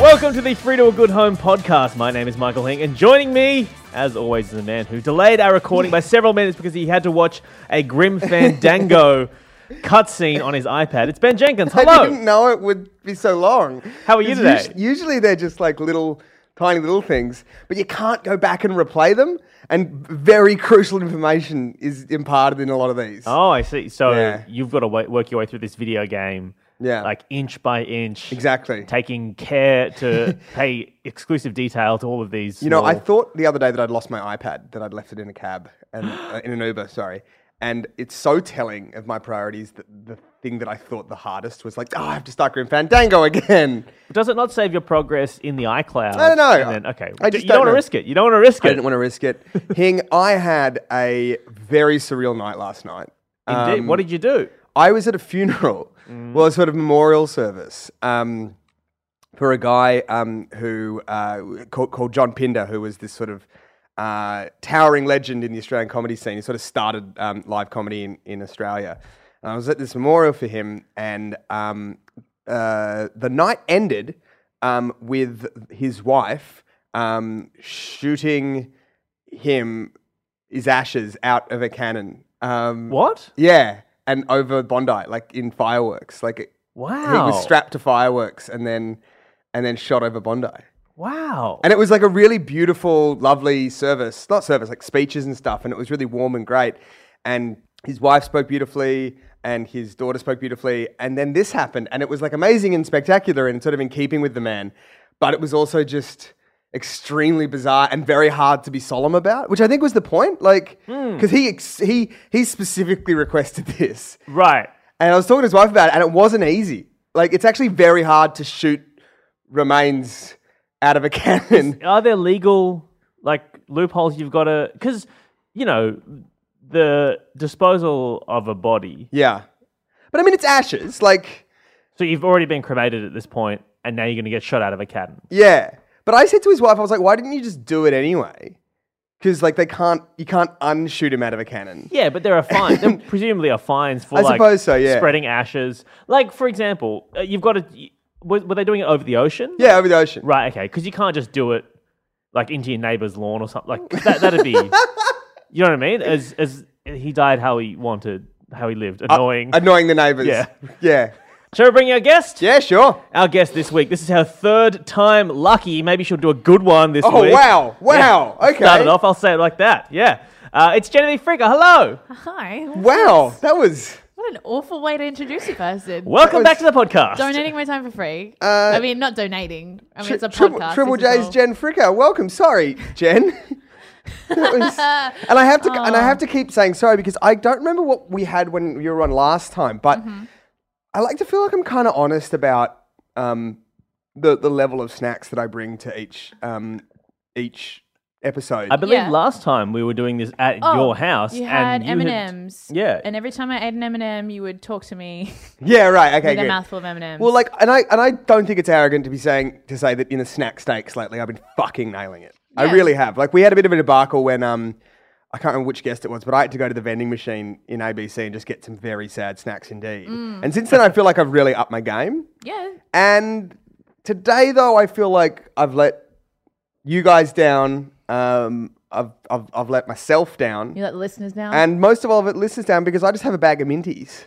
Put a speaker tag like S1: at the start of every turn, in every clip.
S1: welcome to the Free to a Good Home podcast. My name is Michael Hink, and joining me, as always, is the man who delayed our recording by several minutes because he had to watch a Grim Fandango cutscene on his iPad. It's Ben Jenkins.
S2: I
S1: Hello.
S2: didn't know it would be so long.
S1: How are you
S2: 'Cause
S1: today?
S2: usu- usually they're just like little, tiny little things, but you can't go back and replay them. And very crucial information is imparted in a lot of these.
S1: Oh, I see. So
S2: Yeah.
S1: you've got to wa work your way through this video game,
S2: Yeah.
S1: like inch by inch,
S2: Exactly.
S1: taking care to pay exclusive detail to all of these.
S2: You know, I
S1: small-
S2: thought the other day that I'd lost my iPad, that I'd left it in a cab and uh, in an Uber, sorry. And it's so telling of my priorities that the thing that I thought the hardest was like, oh, I have to start Grim Fandango again.
S1: Does it not save your progress in the iCloud?
S2: I don't know.
S1: And then, okay,
S2: I
S1: D-
S2: just
S1: you don't
S2: don't
S1: want to
S2: know.
S1: risk it. You don't want to risk
S2: I
S1: it.
S2: didn't want to risk it. Hing, I had a very surreal night last night.
S1: Indeed.
S2: Um,
S1: what did you do?
S2: I was at a funeral, well, a sort of memorial service um, for a guy um, who uh, called, called John Pinder, who was this sort of uh, towering legend in the Australian comedy scene. He sort of started um, live comedy in, in Australia. And I was at this memorial for him, and um, uh, the night ended um, with his wife um, shooting him his ashes out of a cannon. Um,
S1: What?
S2: yeah, and over Bondi, like in fireworks. Like it, he
S1: Wow.
S2: was strapped to fireworks and then and then shot over Bondi.
S1: Wow.
S2: And it was like a really beautiful, lovely service, not service, like speeches and stuff. And it was really warm and great. And his wife spoke beautifully and his daughter spoke beautifully. And then this happened. And it was like amazing and spectacular and sort of in keeping with the man. But it was also just extremely bizarre and very hard to be solemn about, which I think was the point. Like, because he, ex- he, he specifically requested this.
S1: right.
S2: And I was talking to his wife about it, and it wasn't easy. Like, it's actually very hard to shoot remains out of a cannon.
S1: Are there legal like loopholes you've got to? Because you know the disposal of a body.
S2: Yeah. But I mean, it's ashes. Like,
S1: So you've already been cremated at this point, and now you're going to get shot out of a cannon.
S2: yeah. But I said to his wife, I was like, why didn't you just do it anyway? Because, like, they can't, you can't unshoot him out of a cannon.
S1: Yeah, but there are fines. there presumably are fines for
S2: I
S1: like
S2: suppose so, yeah.
S1: spreading ashes. Like for example, uh, you've got to. Were, were they doing it over the ocean?
S2: Yeah, over the ocean.
S1: Right. Okay. Because you can't just do it like into your neighbor's lawn or something. Like that. That'd be. you know what I mean? As as he died how he wanted, how he
S2: Uh,
S1: lived. Annoying.
S2: Annoying the neighbors.
S1: Yeah.
S2: Yeah.
S1: Shall we bring our guest?
S2: Yeah, sure.
S1: Our guest this week. This is her third time lucky. Maybe she'll do a good one this
S2: Oh,
S1: week.
S2: wow. Wow.
S1: Yeah.
S2: Okay.
S1: Started off. I'll say it like that. Yeah. Uh, it's Genevieve Frigga. Hello.
S3: Hi.
S2: Wow. That was,
S3: What an awful way to introduce a person.
S1: Welcome
S2: was-
S1: back to the podcast.
S3: Donating my time for free.
S2: Uh,
S3: I mean, not donating. I mean,
S2: tri-
S3: it's a
S2: triple,
S3: podcast.
S2: triple
S3: this is
S2: J's
S3: all-
S2: Jen Fricker. Welcome. Sorry, Jen. That was- and I have to and I have to keep saying sorry because I don't remember what we had when you were on last time, but
S3: Mm-hmm.
S2: I like to feel like I'm kind of honest about um, the the level of snacks that I bring to each um, each episode.
S1: I believe
S3: Yeah.
S1: last time we were doing this at
S3: Oh,
S1: your house.
S3: You had
S1: and
S3: M
S1: you
S3: and
S1: had-
S3: M's.
S1: Yeah.
S3: And every time I ate an M and M, you would talk to me
S2: yeah, right. Okay,
S3: with a
S2: good.
S3: mouthful of M and M's.
S2: Well, like, and I and I don't think it's arrogant to be saying to say that in the snack stakes lately, I've been fucking nailing it. I
S3: Yeah.
S2: really have. Like, we had a bit of a debacle when um, I can't remember which guest it was, but I had to go to the vending machine in ABC and just get some very sad snacks indeed. And since then, I feel like I've really upped my game.
S3: yeah.
S2: And today, though, I feel like I've let you guys down. Um, I've I've, I've let myself down,
S3: You let the listeners now.
S2: and most of all of it listeners down because I just have a bag of minties.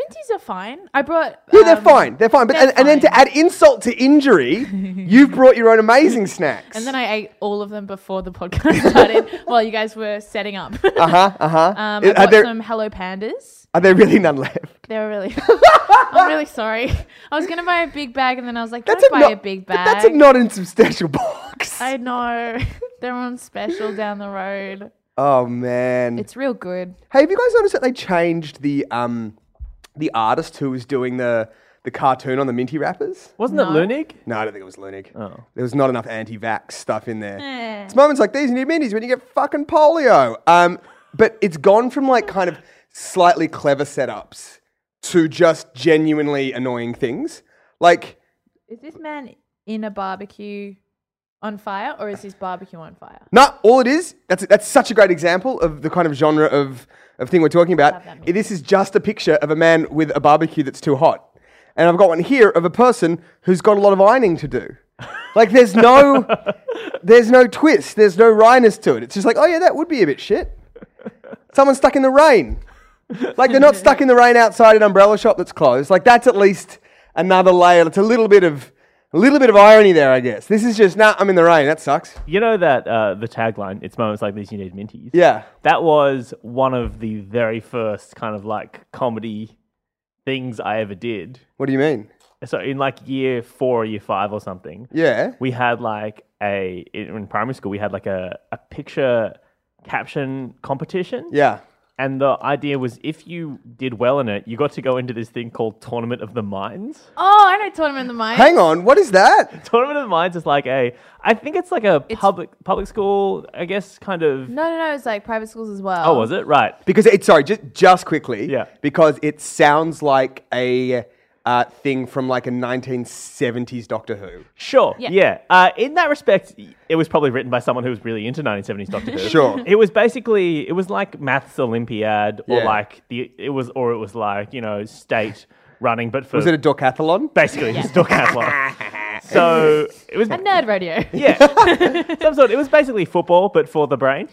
S3: Minties are fine. I brought.
S2: Yeah, they're
S3: um,
S2: fine. They're fine. But
S3: they're
S2: and, and then to
S3: fine.
S2: add insult to injury, you've brought your own amazing snacks.
S3: And then I ate all of them before the podcast started while you guys were setting up.
S2: uh huh, uh huh.
S3: um, I
S2: are
S3: bought
S2: there
S3: some Hello Pandas.
S2: are there really none left?
S3: They were really. I'm really sorry. I was gonna buy a big bag, and then I was like, "Can I buy
S2: not-
S3: a big
S2: but
S3: bag?"
S2: That's a not insubstantial box.
S3: I know they're on special down the road.
S2: oh man.
S3: It's real good.
S2: hey, have you guys noticed that they changed the um the artist who was doing the the cartoon on the Minty wrappers?
S1: Wasn't
S3: No.
S1: it Lunig?
S2: No, I don't think it was Lunig.
S1: Oh.
S2: There was not enough anti-vax stuff in there.
S3: Eh.
S2: It's moments like these in your minis when you get fucking polio. Um, but it's gone from like kind of slightly clever setups to just genuinely annoying things. Like,
S3: Is this man in a barbecue on fire, or is his barbecue on fire?
S2: not all it is. That's that's such a great example of the kind of genre of of thing we're talking about.
S3: Love that meme.
S2: This is just a picture of a man with a barbecue that's too hot, and I've got one here of a person who's got a lot of ironing to do. Like there's no there's no twist, there's no wryness to it. It's just like, oh yeah, that would be a bit shit. Someone's stuck in the rain. Like they're not stuck in the rain outside an umbrella shop that's closed. Like that's at least another layer. It's a little bit of a little bit of irony there, I guess. This is just, nah, I'm in the rain. That sucks.
S1: You know that uh, the tagline, it's moments like these you need minties.
S2: Yeah.
S1: That was one of the very first kind of like comedy things I ever did.
S2: What do you mean?
S1: So in like year four or year five or something,
S2: Yeah.
S1: we had like a, in in primary school, we had like a, a picture caption competition.
S2: Yeah.
S1: And the idea was if you did well in it, you got to go into this thing called Tournament of the Minds.
S3: Oh, I know Tournament of the Mind.
S2: Hang on, what is that?
S1: Tournament of the Minds is like a, I think it's like a
S3: It's-
S1: public public school, I guess, kind of.
S3: No, no, no. It's like private schools as well.
S1: Oh, was it right?
S2: Because it's sorry, just just quickly.
S1: Yeah.
S2: Because it sounds like a uh, thing from like a 1970s Doctor Who.
S1: Sure. Yeah.
S3: Yeah.
S1: Uh, in that respect, it was probably written by someone who was really into 1970s Doctor Who.
S2: Sure.
S1: It was basically it was like maths Olympiad or
S2: Yeah.
S1: like the it was or it was like you know state running, but for
S2: Was it a decathlon?
S1: basically it was still decathlon. so it was
S3: A nerd radio.
S1: yeah some sort. It was basically football, but for the brain.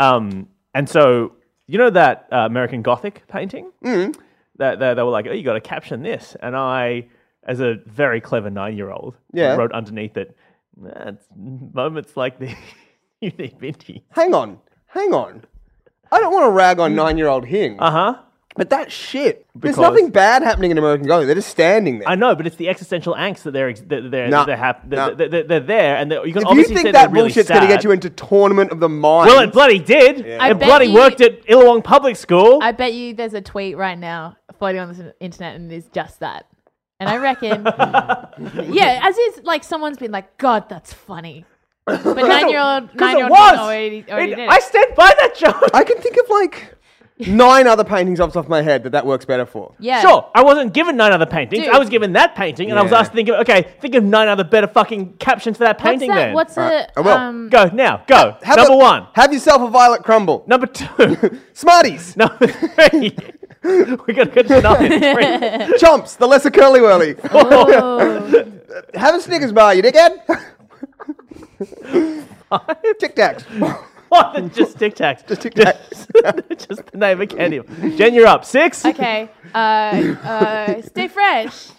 S1: Um, and so you know that uh, American Gothic painting
S2: Mm-hmm.
S1: that they, they were like, oh, you got to caption this, and I, as a very clever nine-year-old,
S2: Yeah.
S1: wrote underneath it. That's moments like this. You need minty.
S2: Hang on. Hang on. I don't want to rag on nine-year-old Hing,
S1: Uh huh.
S2: but that shit.
S1: Mm. Because-
S2: There's nothing bad happening in American Gothic. They're just standing there.
S1: I know, but it's the existential angst that they're ex- that they're
S2: Nah,
S1: they're, hap-
S2: nah.
S1: that- that- that they're, there, and that- you can
S2: if you
S1: obviously say
S2: think
S1: they're
S2: that
S1: really
S2: bullshit's going to get you
S1: sad.
S2: into tournament of the mind,
S1: well, it bloody did.
S3: I
S1: It
S3: bet
S1: bloody
S3: you-
S1: worked at Illawong Public School.
S3: I bet you there's a tweet right now floating on the internet and it is just that. And I reckon, yeah, as is like someone's been like, God, that's funny. But nine year old,
S1: Because
S3: nine year
S1: it
S3: old
S1: was.
S3: already, already
S1: It-
S3: did it.
S1: I stand by that joke.
S2: I can think of like nine other paintings off the top of my head that that works better for.
S3: yeah.
S1: Sure, I wasn't given nine other paintings.
S3: Dude.
S1: I was given that painting, and I was
S2: Yeah.
S1: asked to think of okay, think of nine other better fucking captions for that
S3: What's
S1: painting.
S3: that?
S1: Then
S3: What's
S2: Alright, I
S3: a
S2: will.
S3: um,
S1: go now? Go
S2: Have
S1: number
S2: a-
S1: one,
S2: Have yourself a violet crumble.
S1: number two,
S2: Smarties,
S1: number three. we got to get nine.
S2: chomps, the lesser curly whirly.
S3: oh,
S2: Have a Snickers bar, you dickhead. Tic Tacs.
S1: What? Just tic tacs. Just
S2: Tic Tacs.
S1: Just the name of candy. Jen, you're up. Six.
S3: okay. Uh, uh, stay fresh.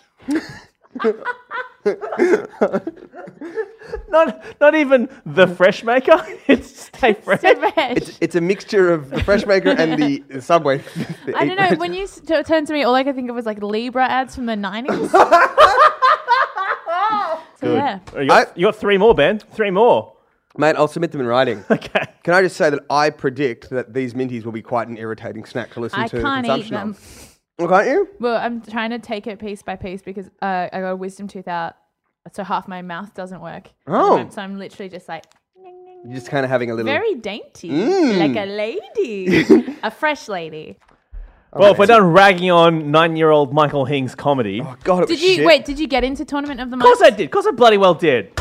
S1: Not, not even the fresh maker. it's stay fresh.
S3: Stay fresh.
S2: It's, it's a mixture of the fresh maker and the, the subway.
S3: I don't know. When you s- t- turned to me, all I could think of was like Libra ads from the 90s. so,
S1: Good.
S3: yeah.
S1: Oh, You, got,
S2: I-
S1: you got three more, Ben. Three more.
S2: Mate, I'll submit them in writing.
S1: Okay.
S2: Can I just say that I predict that these minties will be quite an irritating snack to listen
S3: I
S2: to the
S3: can't eat
S2: consumption
S3: them.
S2: of. Well, can't you?
S3: Well, I'm trying to take it piece by piece because uh, I got a wisdom tooth out, so half my mouth doesn't work. at the
S2: Oh.
S3: moment, so I'm literally just like
S2: You're just kind of having a little.
S3: very dainty, like a lady, a fresh lady.
S2: Oh,
S1: Well, if we're done ragging on nine-year-old Michael Hing's comedy,
S2: oh God, it
S3: Did
S2: was
S3: you
S2: shit.
S3: wait? Did you get into tournament of the
S1: Of course
S3: month?
S1: I did. Of course I bloody well did.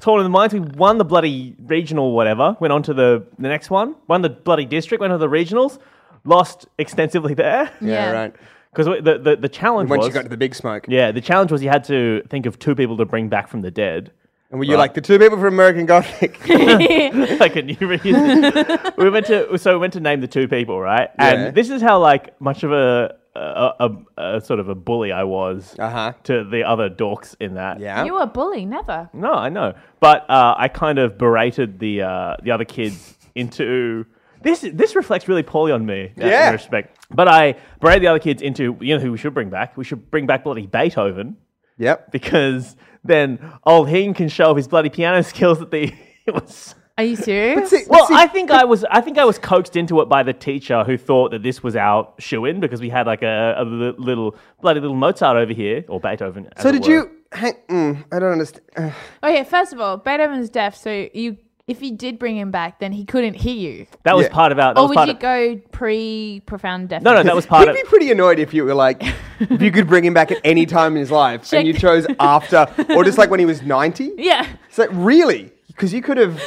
S1: Tournament of the Minds, we won the bloody regional whatever, went on to the, the next one, won the bloody district, went on to the regionals, lost extensively there.
S2: Yeah,
S3: Yeah.
S2: right.
S1: Because the, the, the challenge
S2: Once
S1: was...
S2: you got to the big smoke,
S1: yeah, the challenge was you had to think of two people to bring back from the dead.
S2: and were you like the two people from American Gothic?
S1: like a new reason. we went to so we went to name the two people, right?
S2: Yeah.
S1: And this is how like much of a a, a, a sort of a bully I was
S2: Uh-huh.
S1: to the other dorks in that.
S2: yeah.
S3: You were a bully, never.
S1: No, I know, but uh, I kind of berated the uh, the other kids into this. This reflects really poorly on me. uh,
S2: Yeah.
S1: in respect. But I berated the other kids into you know who we should bring back. We should bring back bloody Beethoven
S2: Yep.
S1: because then old Hing can show off his bloody piano skills that the. It was,
S3: Are you serious?
S2: See-
S1: well,
S2: see-
S1: I think I was I think I was coaxed into it by the teacher who thought that this was our shoe in because we had like a, a li- little bloody little Mozart over here or Beethoven. as
S2: so
S1: it
S2: did
S1: were.
S2: you? Hang, mm, I don't understand. Uh,
S3: okay, first of all, Beethoven's deaf, so you if you did bring him back, then he couldn't hear you.
S1: That was
S2: Yeah.
S1: part of our. That
S3: Or
S1: was
S3: Oh, would
S1: part
S3: you
S1: of,
S3: go pre profound deaf?
S1: no, no, that was part
S2: He'd
S1: of.
S2: be pretty annoyed if you were like, if you could bring him back at any time in his life,
S3: Check
S2: and you
S3: the-
S2: chose after, or just like when he was ninety.
S3: Yeah.
S2: It's like, really? Because you could have.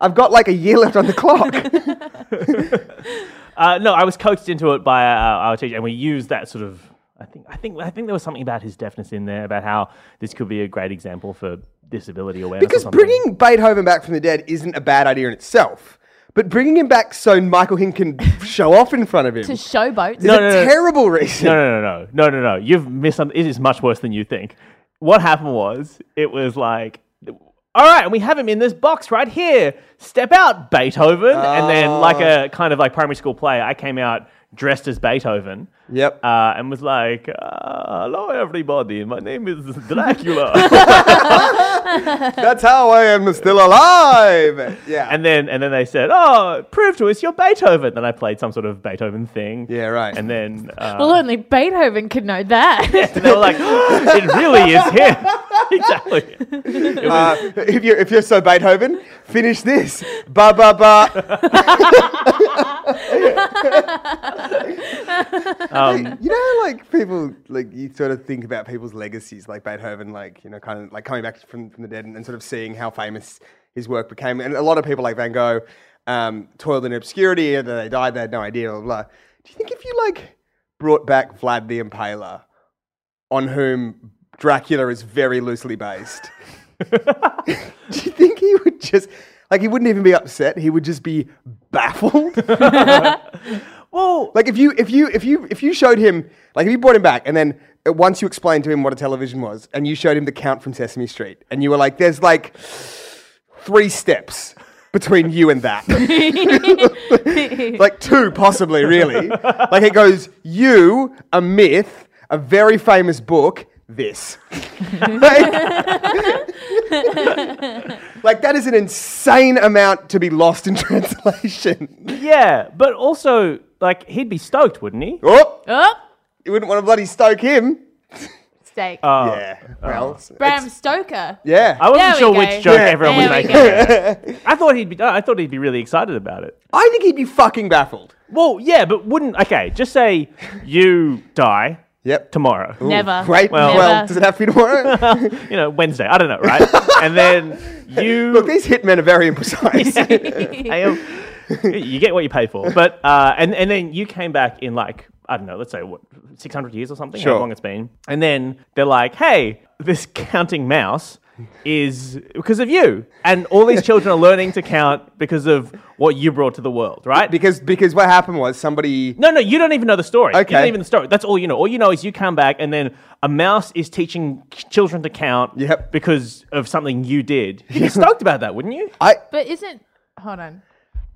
S2: I've got like a year left on the clock.
S1: Uh, no, I was coaxed into it by uh, our teacher, and we used that sort of. I think I think I think there was something about his deafness in there about how this could be a great example for disability awareness. or
S2: Because
S1: something.
S2: bringing Beethoven back from the dead isn't a bad idea in itself, but bringing him back so Michael Hing can show off in front of him
S3: to
S2: is
S3: showboat.
S1: No,
S2: a
S1: no, no.
S2: terrible reason.
S1: No, no, no, no, no, no, no. You've missed something. It is much worse than you think. What happened was it was like, all right, and we have him in this box right here. Step out, Beethoven, and then
S2: Ah.
S1: like a kind of like primary school play. I came out dressed as Beethoven.
S2: Yep.
S1: Uh, and was like, uh, "Hello, everybody. My name is Dracula."
S2: That's how I am still alive. Yeah.
S1: and then, and then they said, "Oh, prove to us you're Beethoven." Then I played some sort of Beethoven thing.
S2: yeah, right.
S1: And then, uh,
S3: Well, only Beethoven could know that.
S1: And they were like, "Oh, it really is him. exactly.
S2: Uh, if you're if you're so Beethoven, finish this. Ba ba ba.
S1: Um,
S2: You know, like people, like you sort of think about people's legacies, like Beethoven, like you know, kind of like coming back from, from the dead and, and sort of seeing how famous his work became. And a lot of people like Van Gogh um, toiled in obscurity, and then they died. They had no idea. Blah, blah. Do you think if you like brought back Vlad the Impaler, on whom Dracula is very loosely based? Do you think he would just like he wouldn't even be upset? He would just be baffled.
S1: well,
S2: like if you if you if you if you showed him like if you brought him back and then uh, once you explained to him what a television was and you showed him the count from Sesame Street and you were like, "There's like three steps between you and that." like two possibly really like it goes you a myth a very famous book this like, like, that is an insane amount to be lost in translation
S1: yeah, but also, like, he'd be stoked, wouldn't he?
S2: oh
S3: oh,
S2: you wouldn't want to bloody stoke him
S3: steak.
S1: Uh,
S2: yeah well it's-
S3: Bram
S2: it's-
S3: Stoker.
S2: yeah
S1: I wasn't
S3: There we
S1: sure
S3: go.
S1: which joke
S2: Yeah.
S1: everyone was
S3: There we
S1: making. there. I thought he'd be. I thought he'd be really excited about it.
S2: I think he'd be fucking baffled
S1: Well, yeah, but wouldn't okay? Just say you die
S2: yep
S1: tomorrow.
S3: Never.
S2: Right.
S1: Well-
S2: Well,
S3: Never.
S2: does it have to be tomorrow?
S1: You know, Wednesday. I don't know, right? and then you.
S2: Look, these hitmen are very imprecise.
S1: I am- you get what you pay for. But uh, and and then you came back in like I don't know, let's say what six hundred years or something, how
S2: Sure.
S1: long it's been. And then they're like, hey, this counting mouse is because of you, and all these children are learning to count because of what you brought to the world, right?
S2: because because what happened was somebody
S1: no, no, you don't even know the story. You don't
S2: Okay.
S1: even the story. That's all you know. All you know is you come back, and then a mouse is teaching k- children to count
S2: Yep.
S1: because of something you did. You'd be stoked about that, wouldn't you?
S2: I
S3: But isn't hold on?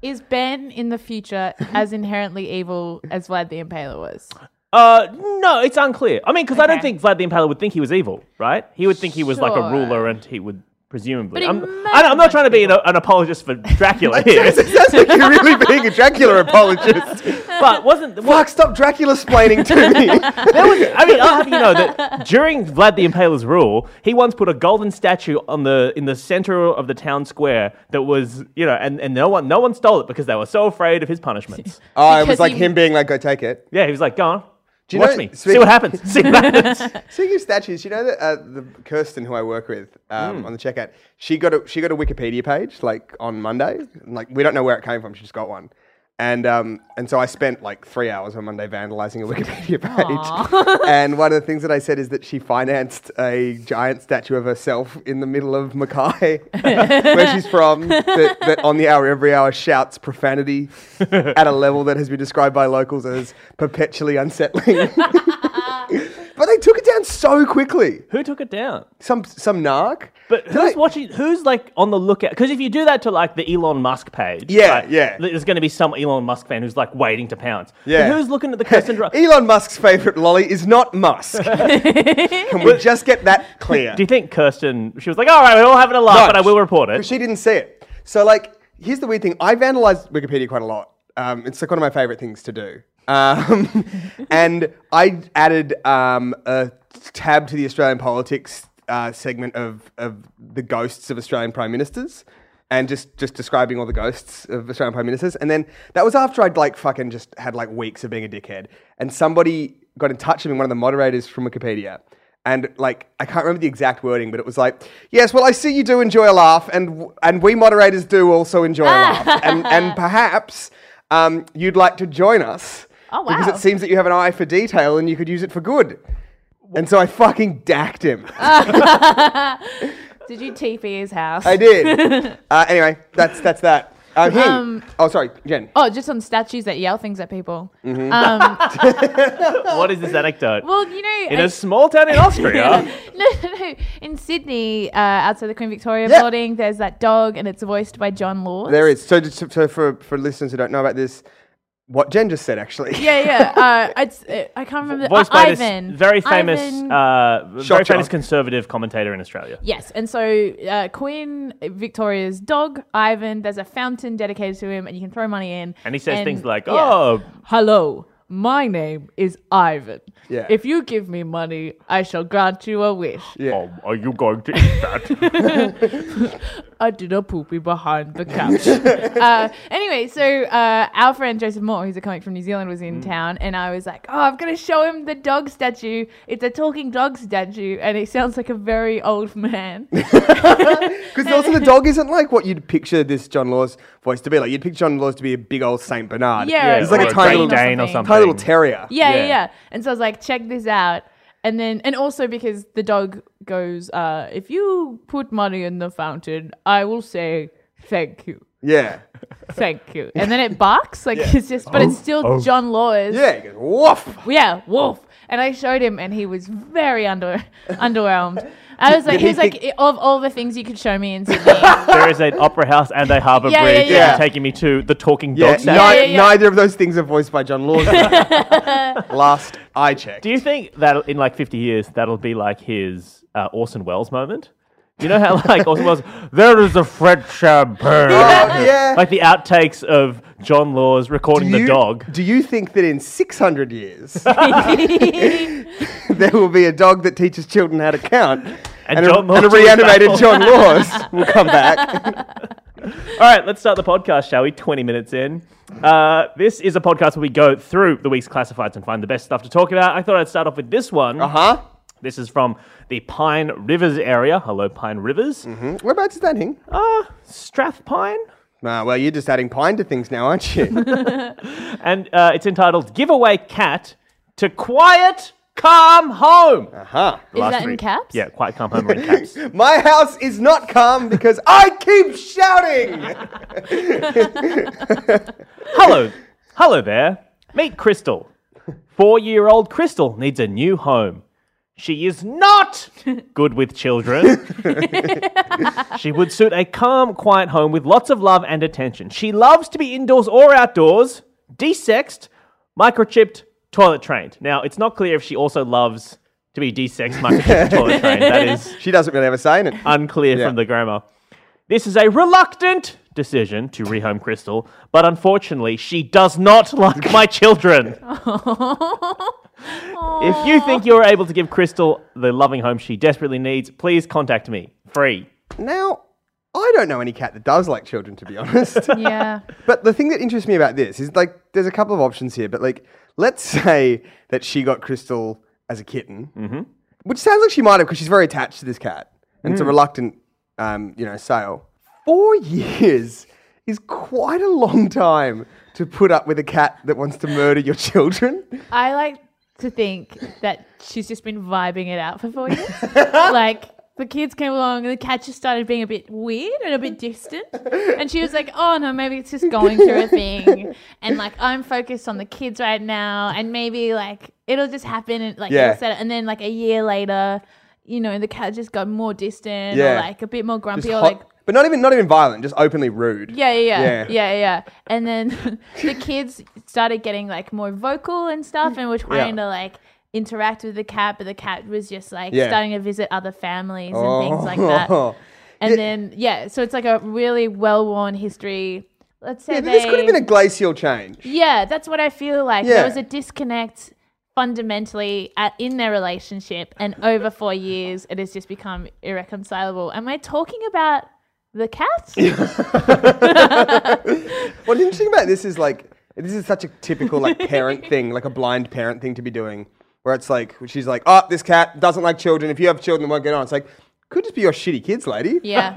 S3: Is Ben in the future as inherently evil as Vlad the Impaler was?
S1: Uh, no, it's unclear. I mean, because I don't
S3: Okay.
S1: think Vlad the Impaler would think he was evil, right? He would think he was like a
S3: Sure.
S1: ruler, and he would presumably.
S3: But he
S1: I'm,
S3: murdered
S1: I don't- I'm not
S3: lots
S1: trying to
S3: of
S1: be an, an apologist for Dracula here,
S2: That's like you're really being a Dracula apologist.
S1: but wasn't well,
S2: Fuck, stop Dracula explaining to me.
S1: there was? I mean, I'll have you know that during Vlad the Impaler's rule, he once put a golden statue on the in the center of the town square that was, you know, and, and no one no one stole it because they were so afraid of his punishments.
S2: oh, it
S3: Because
S2: was like
S3: he-
S2: him being like, go take it.
S1: Yeah, he was like, "Go on,
S2: Do you
S1: watch
S2: know-
S1: me, see
S2: speak-
S1: what happens, see what happens."
S2: Speaking of statues, you know that uh, the Kirsten who I work with um, on the checkout, she got a she got a Wikipedia page like on Monday. And, Like we don't know where it came from, she just got one. And um, and so I spent like three hours on Monday vandalizing a Wikipedia page. and one of the things that I said is that she financed a giant statue of herself in the middle of Mackay, where she's from, that, that on the hour every hour shouts profanity at a level that has been described by locals as perpetually unsettling. But they took it down so quickly.
S1: Who took it down?
S2: Some some narc.
S1: But
S2: Did
S1: who's
S2: I-
S1: watching? Who's like on the lookout? Because if you do that to like the Elon Musk page,
S2: Yeah,
S1: right,
S2: yeah.
S1: there's going to be some Elon Musk fan who's like waiting to pounce. But
S2: Yeah.
S1: who's looking at the Kirsten Dra-
S2: Elon Musk's favorite lolly is not Musk. Can we just get that clear?
S1: Do you think Kirsten? She was like, "All right, we're all having a laugh,
S2: No,
S1: but I will report it."
S2: Because she didn't see it. So like, here's the weird thing. I vandalized Wikipedia quite a lot. Um, it's like one of my favorite things to do. Um, and I added um, a tab to the Australian politics uh, segment of of the ghosts of Australian prime ministers. And just, just describing all the ghosts of Australian prime ministers, and then that was after I'd like fucking just had like weeks of being a dickhead, and somebody got in touch with me, one of the moderators from Wikipedia, and like I can't remember the exact wording, but it was like, "Yes, well, I see you do enjoy a laugh, and and we moderators do also enjoy a laugh, and and perhaps um, you'd like to join us
S3: Oh,
S2: Because
S3: wow.
S2: it seems that you have an eye for detail and you could use it for good. And so I fucking dacked him.
S3: Did you TP his house?
S2: I did. uh, anyway, that's that's that. Uh, he-
S3: Um,
S2: oh, sorry, Jen.
S3: Oh, just on statues that yell things at people.
S1: Mm.
S3: Um,
S1: What is this anecdote?
S3: well, you know,
S1: in
S3: I-
S1: a small town in Austria.
S3: no, no, no. In Sydney, uh, outside the Queen Victoria
S2: Yeah.
S3: building, there's that dog, and it's voiced by John Laws.
S2: There is. So, just- so for, for listeners who don't know about this, what Jen just said actually.
S3: Yeah, yeah. Uh, it's, uh, I can't remember. the-
S1: Voiced
S3: uh,
S1: by this
S3: Ivan.
S1: very famous,
S3: Ivan-
S1: uh, very
S2: Shotgun.
S1: famous conservative commentator in Australia.
S3: yes, and so uh, Queen Victoria's dog, Ivan. There's a fountain dedicated to him, and you can throw money in.
S1: And he says things like,
S3: yeah.
S1: "Oh,
S3: Hello, my name is Ivan.
S2: Yeah.
S3: If you give me money, I shall grant you a wish.
S2: Yeah.
S1: um, are you going to eat that?"
S3: I did a poopy behind the couch. uh, anyway, so uh, our friend Joseph Moore, who's a comic from New Zealand, was in town, and I was like, "Oh, I'm gonna show him the dog statue. It's a talking dog statue, and it sounds like a very old man."
S2: Because also the dog isn't like what you'd picture this John Laws voice to be. Like you'd picture John Laws to be a big old Saint Bernard.
S3: Yeah,
S2: He's like
S1: or
S2: a tiny little,
S1: Dane or
S3: something.
S1: something.
S2: tiny little terrier.
S3: yeah, yeah,
S1: Yeah.
S3: yeah. And so I was like, "Check this out." And then, and also because the dog goes, uh, "If you put money in the fountain, I will say thank you."
S2: Yeah.
S3: Thank you. And then it barks. Like it's just, but it's still John Laws.
S2: Yeah. He goes, Woof.
S3: Yeah, wolf. And I showed him, and he was very under underwhelmed. I was like,
S2: Did
S3: he was
S2: he
S3: like, of all the things you could show me in Sydney,
S1: there is an opera house and a harbour
S3: Yeah, yeah,
S1: bridge.
S3: yeah.
S1: You're taking me to the talking
S2: Yeah,
S1: dog
S2: ni-
S1: statue.
S3: Yeah, yeah, yeah.
S2: Neither of those things are voiced by John Laws. Last I checked.
S1: Do you think that in like 50 years that'll be like his uh, Orson Welles moment? You know how like Orson Welles, there is a French champagne.
S2: Oh, yeah.
S1: Like the outtakes of John Laws recording
S2: Do
S1: the
S2: you-
S1: dog.
S2: Do you think that in 600 years there will be a dog that teaches children how to count?
S1: And
S2: a,
S1: John Laws
S2: and a
S1: will be
S2: reanimated
S1: back.
S2: John Laws will come back.
S1: All right, let's start the podcast, shall we? 20 minutes in. Uh, this is a podcast where we go through the week's classifieds and find the best stuff to talk about. I thought I'd start off with this one.
S2: Uh huh.
S1: This is from the Pine Rivers area. Hello, Pine Rivers.
S2: Whereabouts is that thing?
S1: Uh, Strathpine.
S2: Ah, well, you're just adding pine to things now, aren't you?
S1: And uh, it's entitled Giveaway Cat to Quiet Calm Home.
S2: huh.
S3: is
S1: Last
S3: that in
S1: week.
S3: caps?
S1: Yeah, Quiet Calm Home are in caps.
S2: My house is not calm because I keep shouting.
S1: Hello. Hello there. Meet Crystal. Four year old Crystal needs a new home. She is not good with children. she would suit a calm, quiet home with lots of love and attention. She loves to be indoors or outdoors, desexed, microchipped, toilet trained. Now, it's not clear if she also loves to be desexed, microchipped, toilet trained. That is
S2: She doesn't really have a say in it.
S1: unclear
S2: Yeah.
S1: from the grammar. This is a reluctant decision to rehome Crystal, but unfortunately, she does not like my children. if you think you're able to give Crystal the loving home she desperately needs, please contact me. Free.
S2: Now, I don't know any cat that does like children, to be honest.
S3: Yeah.
S2: But the thing that interests me about this is like there's a couple of options here, but like let's say that she got Crystal as a kitten, mm-hmm. which sounds like she might have because she's very attached to this cat, and it's a reluctant, um, you know, sale. Four years is quite a long time to put up with a cat that wants to murder your children.
S3: I like to think that she's just been vibing it out for four years. like the kids came along, and the cat just started being a bit weird and a bit distant, and she was like, "Oh no, maybe it's just going through a thing, and like I'm focused on the kids right now, and maybe like it'll just happen, and like
S2: Yeah.
S3: it'll settle." And then like a year later. You know, the cat just got more distant, or
S2: Yeah.
S3: like a bit more grumpy,
S2: Just
S3: or
S2: hot-
S3: like
S2: but not even not even violent, just openly rude.
S3: yeah, yeah, yeah,
S2: Yeah.
S3: yeah, yeah. And then the kids started getting like more vocal and stuff, and were trying to like interact with the cat, but the cat was just like
S2: Yeah.
S3: starting to visit other families and things like that.
S2: Oh.
S3: And
S2: Yeah.
S3: then yeah, so it's like a really well-worn history. Let's say
S2: Yeah,
S3: they,
S2: this could have been a glacial change.
S3: yeah, that's what I feel like.
S2: Yeah.
S3: There was a disconnect fundamentally at, in their relationship, and over four years, it has just become irreconcilable. Am I talking about the cat?
S2: What's interesting about this is like this is such a typical like parent thing, like a blind parent thing to be doing, where it's like she's like, "Oh, this cat doesn't like children. If you have children, they won't get on." It's like could just be your shitty kids, lady.
S3: Yeah.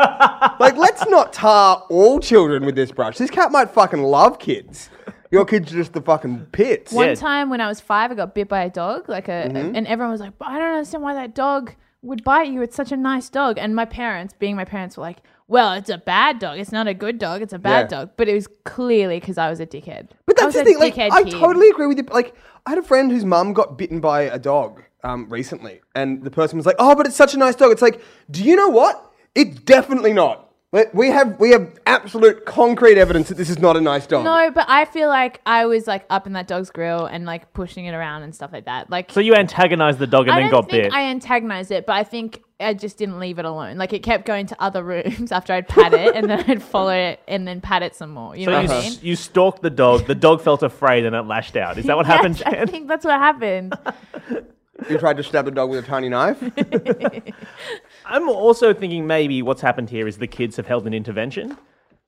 S2: Like, let's not tar all children with this brush. This cat might fucking love kids. Your kids are just the fucking pits.
S1: What?
S3: One
S1: Yeah.
S3: time when I was five, I got bit by a dog, like a, and everyone was like, "But I don't understand why that dog would bite you. It's such a nice dog." And my parents, being my parents, were like, "Well, it's a bad dog. It's not a good dog. It's a bad
S2: Yeah.
S3: dog." But it was clearly because I was a dickhead.
S2: But
S3: I
S2: that's
S3: was
S2: the
S3: a
S2: thing. Like,
S3: dickhead
S2: I
S3: kid.
S2: totally agree with you. Like, I had a friend whose mum got bitten by a dog um, recently, and the person was like, "Oh, but it's such a nice dog." It's like, do you know what? It's definitely not. Like, we have we have absolute concrete evidence that this is not a nice dog.
S3: No, but I feel like I was like up in that dog's grill and like pushing it around and stuff like that. Like,
S1: So you antagonized the dog and
S3: I
S1: then
S3: don't
S1: got
S3: think
S1: bit.
S3: I antagonized it, but I think I just didn't leave it alone. Like it kept going to other rooms after I'd pat it, and then I'd follow it, and then pat it some more. You
S1: so
S3: know
S1: you,
S3: what I
S1: s-
S3: mean?
S1: you stalked the dog. The dog felt afraid and it lashed out. Is that what happened,
S3: Yes, I
S1: Jan?
S3: think that's what happened.
S2: You tried to stab the dog with a tiny knife.
S1: I'm also thinking maybe what's happened here is the kids have held an intervention.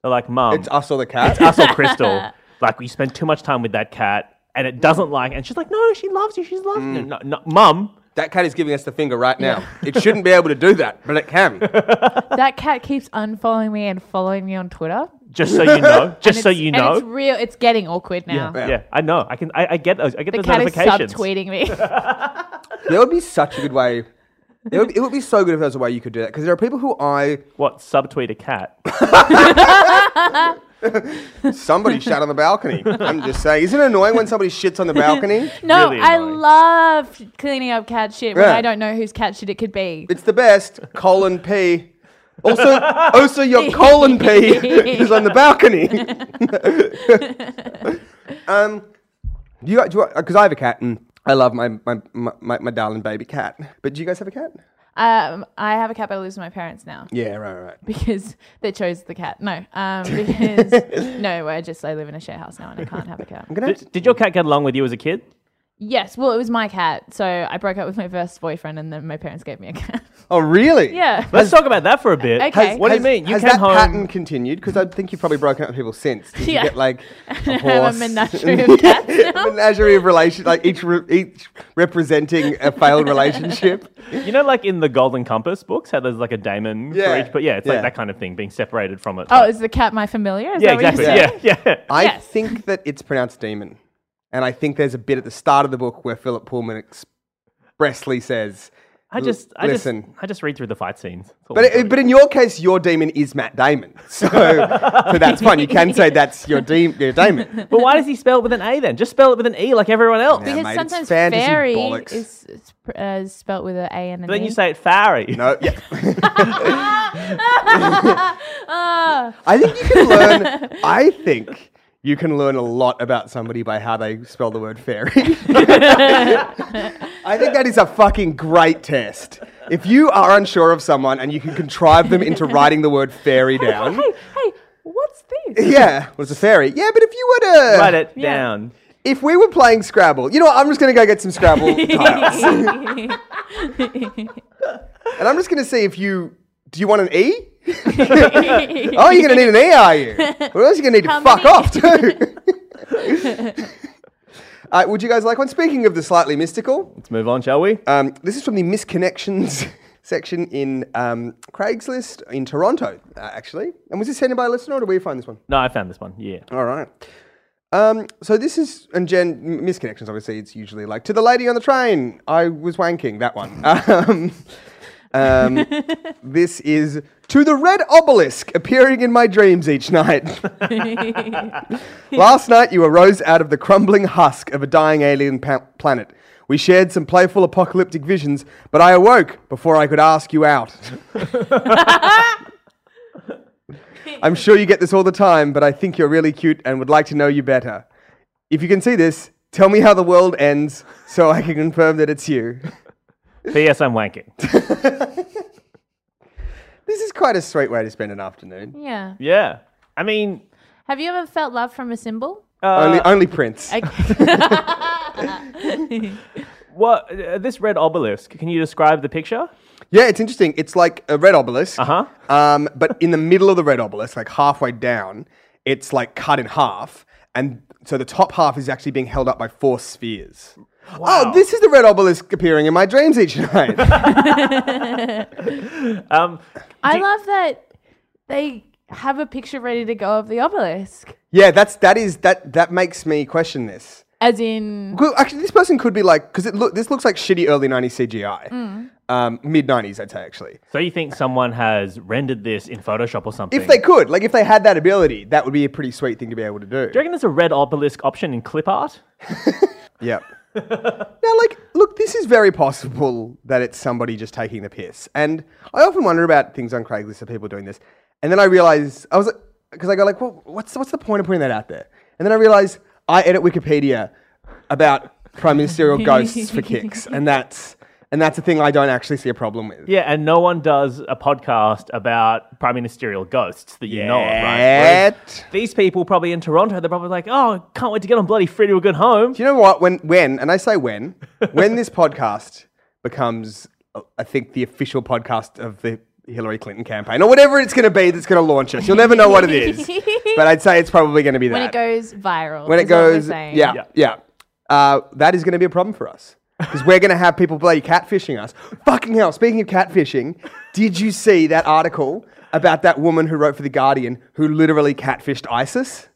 S1: They're like, Mum,
S2: it's us or the cat.
S1: us or Crystal. Like we spent too much time with that cat, and it doesn't like. And she's like, no, she loves you. She's loving
S2: Mm.
S1: you. No, no, mum.
S2: That cat is giving us the finger right now. it shouldn't be able to do that, but it can.
S3: that cat keeps unfollowing me and following me on Twitter.
S1: Just so you know. Just
S3: And
S1: so
S3: it's-
S1: you
S3: and it's
S1: know.
S3: real. It's getting awkward now.
S1: Yeah. I know. I can. I, I get those. I get
S3: The
S1: those
S3: cat is
S1: notifications.
S3: subtweeting me.
S2: There would be such a good way. It would, it would be so good if there was a way you could do that because there are people who I
S1: What subtweet a cat?
S2: somebody shat on the balcony. I'm just saying, isn't it annoying when somebody shits on the balcony?
S3: no,
S1: Really
S3: I
S1: annoying.
S3: love cleaning up cat shit when
S2: Yeah.
S3: I don't know whose cat shit it could be.
S2: It's the best. Colon P. Also, also your colon P is on the balcony. um, do you because I have a cat and I love my my, my my my darling baby cat. But do you guys have a cat?
S3: Um, I have a cat, but I lives with my parents now.
S2: Yeah, right, right, right.
S3: because they chose the cat. No, um, because no, I just I live in a share house now and I can't have a cat.
S2: I'm gonna have to-
S1: Did, did your cat get along with you as a kid?
S3: Yes, well, it was my cat, so I broke up with my first boyfriend, and then my parents gave me a cat.
S2: oh, really?
S3: yeah,
S1: Let's talk about that for a bit.
S3: Okay. Has-
S1: what
S2: Has-
S1: do you mean? You
S2: has
S1: came
S2: that
S1: home.
S2: pattern continued? Because I think you've probably broken up with people since. Did
S3: Yeah.
S2: you get like a
S3: have
S2: horse?
S3: a menagerie of cats.
S2: menagerie of relation, like each re- each representing a failed relationship.
S1: You know, like in the Golden Compass books, how there's like a daemon for
S2: Yeah.
S1: each. But yeah, it's
S2: Yeah.
S1: like that kind of thing, being separated from it.
S3: Oh, is the cat my familiar? Is
S1: yeah,
S3: that what
S1: exactly.
S3: you said?
S1: Yeah, yeah.
S2: I
S3: Yes.
S2: think that it's pronounced demon, and I think there's a bit at the start of the book where Philip Pullman expressly says.
S1: I just, I
S2: listen.
S1: just, I just read through the fight scenes. That's all I'm
S2: But, it,
S1: doing.
S2: but in your case, your demon is Matt Damon, so, so that's fine. You can say that's your, de- your demon.
S1: but why does he spell it with an A then? Just spell it with an E like everyone else.
S2: Yeah,
S3: Because
S2: mate, it's
S3: sometimes
S2: fantasy
S3: fairy
S2: bollocks.
S3: is, is pr- uh, spelt with an A and an
S1: But then
S3: E.
S1: you say it Farry.
S2: No, yeah.
S3: Ah,
S2: I think you can learn. I think you can learn a lot about somebody by how they spell the word fairy. I think that is a fucking great test. If you are unsure of someone and you can contrive them into writing the word fairy
S3: hey,
S2: down.
S3: hey, what's this?
S2: Yeah, was a fairy. Yeah, but if you were to
S1: Write it
S3: Yeah.
S1: down.
S2: if we were playing Scrabble, you know what? I'm just gonna go get some Scrabble tiles, and I'm just gonna see if you do you want an E? Oh, you're gonna need an E, are you? Or else you're gonna need to
S3: How
S2: fuck
S3: many?
S2: off too. uh, would you guys like one? Speaking of the slightly mystical,
S1: Let's move on, shall we?
S2: um, this is from the misconnections section in um, Craigslist in Toronto, uh, actually. And was this sent in by a listener, or did we find this one?
S1: No, I found this one. Yeah.
S2: All right. Um, so this is and Jen m- misconnections. Obviously, it's usually like to the lady on the train. I was wanking that one. Um, um, this is to the red obelisk appearing in my dreams each night. Last night, you arose out of the crumbling husk of a dying alien pa- planet. We shared some playful apocalyptic visions, but I awoke before I could ask you out. I'm sure you get this all the time, but I think you're really cute and would like to know you better. If you can see this, tell me how the world ends so I can confirm that it's you.
S1: P.S. I'm wanking.
S2: This is quite a sweet way to spend an afternoon.
S3: yeah.
S1: Yeah. I mean,
S3: Have you ever felt love from a symbol?
S1: Uh,
S2: only, only Prince.
S1: what? Uh, this red obelisk. Can you describe the picture?
S2: Yeah, it's interesting. It's like a red obelisk.
S1: Uh-huh.
S2: Um, but in the middle of the red obelisk, like halfway down, it's like cut in half. And so the top half is actually being held up by four spheres. Oh,
S1: Wow.
S2: this is the red obelisk appearing in my dreams each night.
S1: Um,
S3: I love that they have a picture ready to go of the obelisk.
S2: Yeah, that's that is that that makes me question this.
S3: As in,
S2: Well, Actually, this person could be like because it look this looks like shitty early '90s CGI, um, mid '90s I'd say actually.
S1: So you think someone has rendered this in Photoshop or something?
S2: If they could, like if they had that ability, that would be a pretty sweet thing to be able to do.
S1: Do you reckon there's a red obelisk option in clip art?
S2: Yep. now, like, look, this is very possible that it's somebody just taking the piss. And I often wonder about things on Craigslist of people doing this. And then I realize I was like, because I go like, well, what's what's the point of putting that out there? And then I realize I edit Wikipedia about prime ministerial ghosts for kicks, and that's and that's a thing I don't actually see a problem with.
S1: Yeah, and no one does a podcast about prime ministerial ghosts that you know of, right? Whereas
S2: Yet.
S1: These people probably in Toronto, they're probably like, oh, can't wait to get on bloody Freddie Good Home.
S2: Do you know what? When, when, and I say when, when this podcast becomes, uh, I think, the official podcast of the Hillary Clinton campaign or whatever it's going to be that's going to launch us, you'll never know what it is. but I'd say it's probably going to be that.
S3: when it goes viral.
S2: When it
S3: is what we're
S2: goes-
S3: saying.
S2: yeah,
S1: Yeah.
S2: yeah. Uh, that is going to be a problem for us. Because we're going to have people bloody catfishing us. Fucking hell, speaking of catfishing, did you see that article about that woman who wrote for The Guardian who literally catfished ISIS?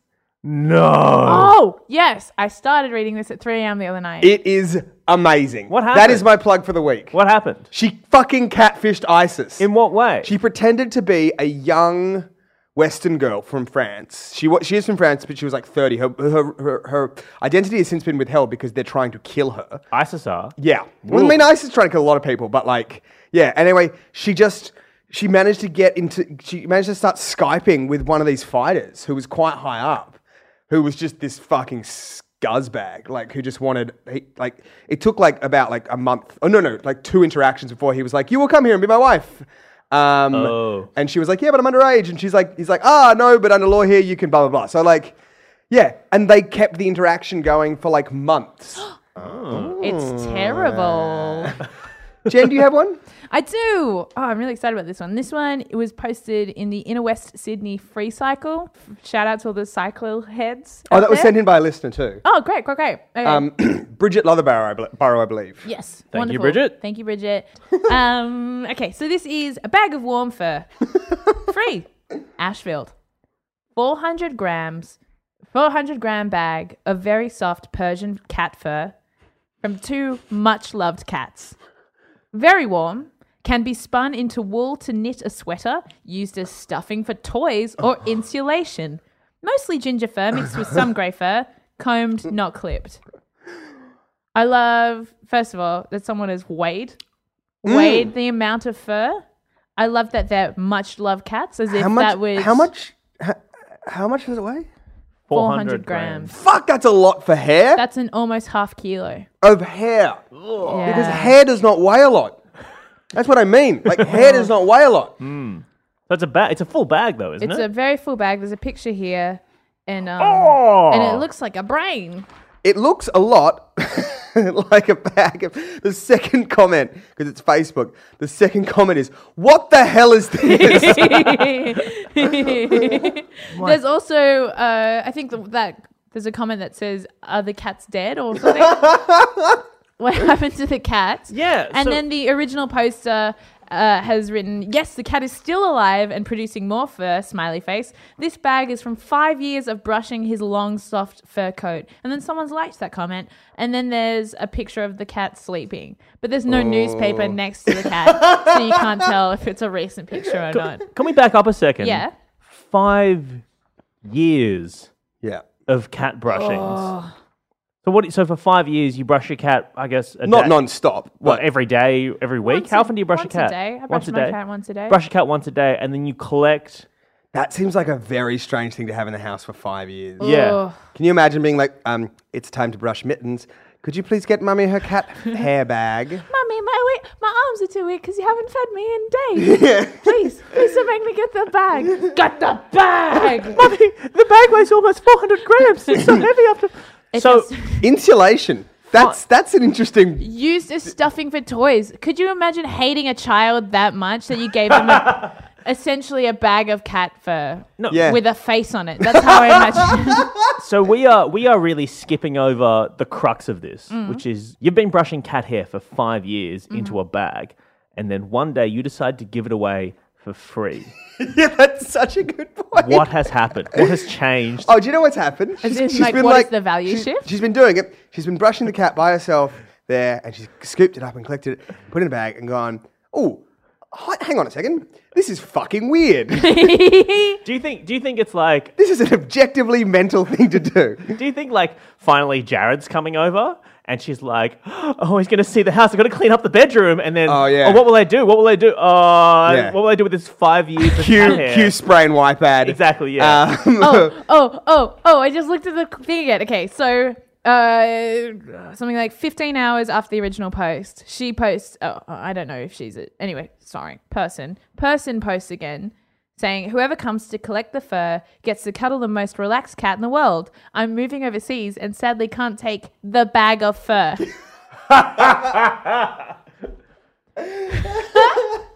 S1: No.
S3: Oh yes, I started reading this at 3 a.m. the other night.
S2: It is amazing.
S1: What
S2: That
S1: happened?
S2: is my plug for the week.
S1: What happened?
S2: She fucking catfished ISIS.
S1: In what way?
S2: she pretended to be a young Western girl from France. She wa- she is from France, but she was like 30. Her, her, her, her identity has since been withheld because they're trying to kill her.
S1: ISIS are.
S2: Yeah. Well, I mean, ISIS is trying to kill a lot of people, but like, yeah. Anyway, she just she managed to get into she managed to start skyping with one of these fighters who was quite high up, who was just this fucking scuzzbag, like who just wanted he, like it took like about like a month. Oh no, no, like two interactions before he was like, "You will come here and be my wife." Um,
S1: Oh.
S2: and she was like, "Yeah, but I'm underage," and she's like, "He's like, ah, no, but under law here you can blah blah blah." So like, yeah, and they kept the interaction going for like months.
S3: It's terrible.
S2: Jen, do you have one?
S3: I do. Oh, I'm really excited about this one. This one it was posted in the Inner West Sydney Free Cycle. Shout out to all the cycle heads.
S2: Oh,
S3: out
S2: that was Um,
S3: there.
S2: sent in by a listener too.
S3: Oh, great, great, great. Okay.
S2: Bridget Lotherbarrow, I, bel- Barrow, I believe.
S3: Yes.
S1: you,
S3: wonderful.
S1: Bridget.
S3: Thank you, Bridget. um, okay, so this is a bag of warm fur. Free. Ashfield. 400 grams, 400 gram bag of very soft Persian cat fur from two much loved cats. Very warm. Can be spun into wool to knit a sweater, used as stuffing for toys
S2: Oh.
S3: or insulation. Mostly ginger fur mixed with some grey fur, combed, not clipped. I love, first of all, that someone has weighed
S2: Mm.
S3: weighed the amount of fur. I love that they're much loved cats, as
S2: How
S3: if
S2: much?
S3: that was
S2: how much? How, how much does it weigh?
S3: 400 grams.
S2: Fuck, that's a lot for hair
S3: That's an almost half kilo.
S2: of hair.
S3: Yeah.
S2: Because hair does not weigh a lot. That's what I mean. Like hair does not weigh a lot.
S1: So it's a bag. It's a full bag, though, isn't
S3: It's a
S1: it?
S3: very full bag. There's a picture here, and um,
S1: Oh.
S3: and it looks like a brain.
S2: It looks a lot like a bag of. The second comment, because it's Facebook. The second comment is, "What the hell is this?"
S3: there's also, uh, I think th- that there's a comment that says, "Are the cats dead?" or something. what happened to the cat?
S1: Yeah,
S3: And
S1: so-
S3: then the original poster. Uh, has written, yes, the cat is still alive and producing more fur, smiley face. This bag is from five years of brushing his long, soft fur coat. And then someone's liked that comment. And then there's a picture of the cat sleeping, but there's no
S1: Oh.
S3: newspaper next to the cat, so you can't tell if it's a recent picture or not.
S1: Can we back up a second?
S3: Yeah.
S1: Five years
S2: yeah.
S1: of cat brushings.
S3: Oh.
S1: So what? So for five years, you brush your cat, I guess. A
S2: Not
S1: day-
S2: non-stop.
S1: What
S2: but-
S1: every day, every week?
S3: Once
S1: How
S3: a-
S1: often do you brush
S3: once
S1: a cat?
S3: A day. I brush my cat once a day.
S1: Brush a cat once a day, and then you collect.
S2: That seems like a very strange thing to have in the house for five years.
S1: Yeah.
S2: Can you imagine being like, um, it's time to brush mittens. Could you please get mummy her cat hair bag?
S3: Mummy, my we- my arms are too weak because you haven't fed me in days. Please, please don't make me get the bag. Get the bag.
S1: Mummy, the bag weighs almost 400 grams. It's so heavy after.
S3: It
S1: so
S3: is
S2: Insulation. That's that's an interesting.
S3: used as stuffing for toys. Could you imagine hating a child that much that you gave them a, essentially a bag of cat fur
S1: no,
S2: Yeah.
S3: with a face on it? That's how I imagine.
S1: so we are we are really skipping over the crux of this,
S2: Mm.
S1: which is you've been
S2: Mm-hmm.
S1: brushing cat hair for five years into a bag, and then one day you decide to give it away for free.
S2: yeah, that's such a good point.
S1: What has happened? What has changed?
S2: Oh, do you know what's happened? She's,
S3: in, like, what is the value
S2: she's-
S3: shift?
S2: She's been doing it. She's been brushing the cat by herself there, and she's scooped it up and collected it, put it in a bag, and gone. Oh, hi- hang on a second. This is fucking weird.
S1: Do you think? Do you think it's like?
S2: this is an objectively mental thing to do.
S1: Do you think like finally Jared's coming over and she's like, oh, he's gonna see the house. I gotta clean up the bedroom and then.
S2: Oh, yeah.
S1: what will I do? What will I do? Uh,
S2: Yeah.
S1: what will I do with this five years of cat
S2: Q
S1: hair?
S2: Q spray and wipe ad.
S1: Exactly. Yeah.
S2: Um,
S3: oh, oh, oh, oh, I just looked at the thing again. Okay, so uh, something like 15 hours after the original post, she posts, oh, I don't know if she's a, anyway, sorry, person. Person posts again saying, whoever comes to collect the fur gets to cuddle the most relaxed cat in the world. I'm moving overseas and sadly can't take the bag of fur.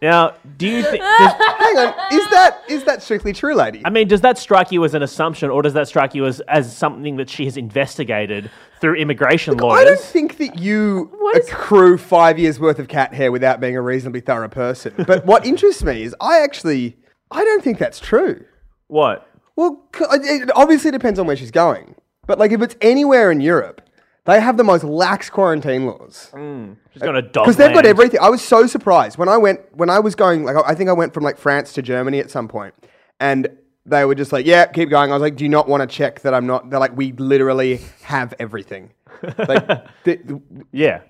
S1: now, do you think? does-
S2: hang on. Is that is that strictly true, lady?
S1: I mean, does that strike you as an assumption, or does that strike you as, as something that she has investigated through immigration
S2: I don't
S1: lawyers?
S2: think that you
S3: What is-
S2: accrue five years worth of cat hair without being a reasonably thorough person. But what interests me is I actually I don't think that's true.
S1: What?
S2: Well, c- it it obviously depends on where she's going. But like if it's anywhere in Europe, they have the most lax quarantine laws
S3: Mm,
S1: She's gonna dog.
S2: because they've got everything. I was so surprised when I went when I was going. Like I I think I went from like France to Germany at some point, and they were just like, "Yeah, keep going." I was like, "Do you not want to check that I'm not?" They're like, "We literally have everything." like th- th-
S1: Yeah.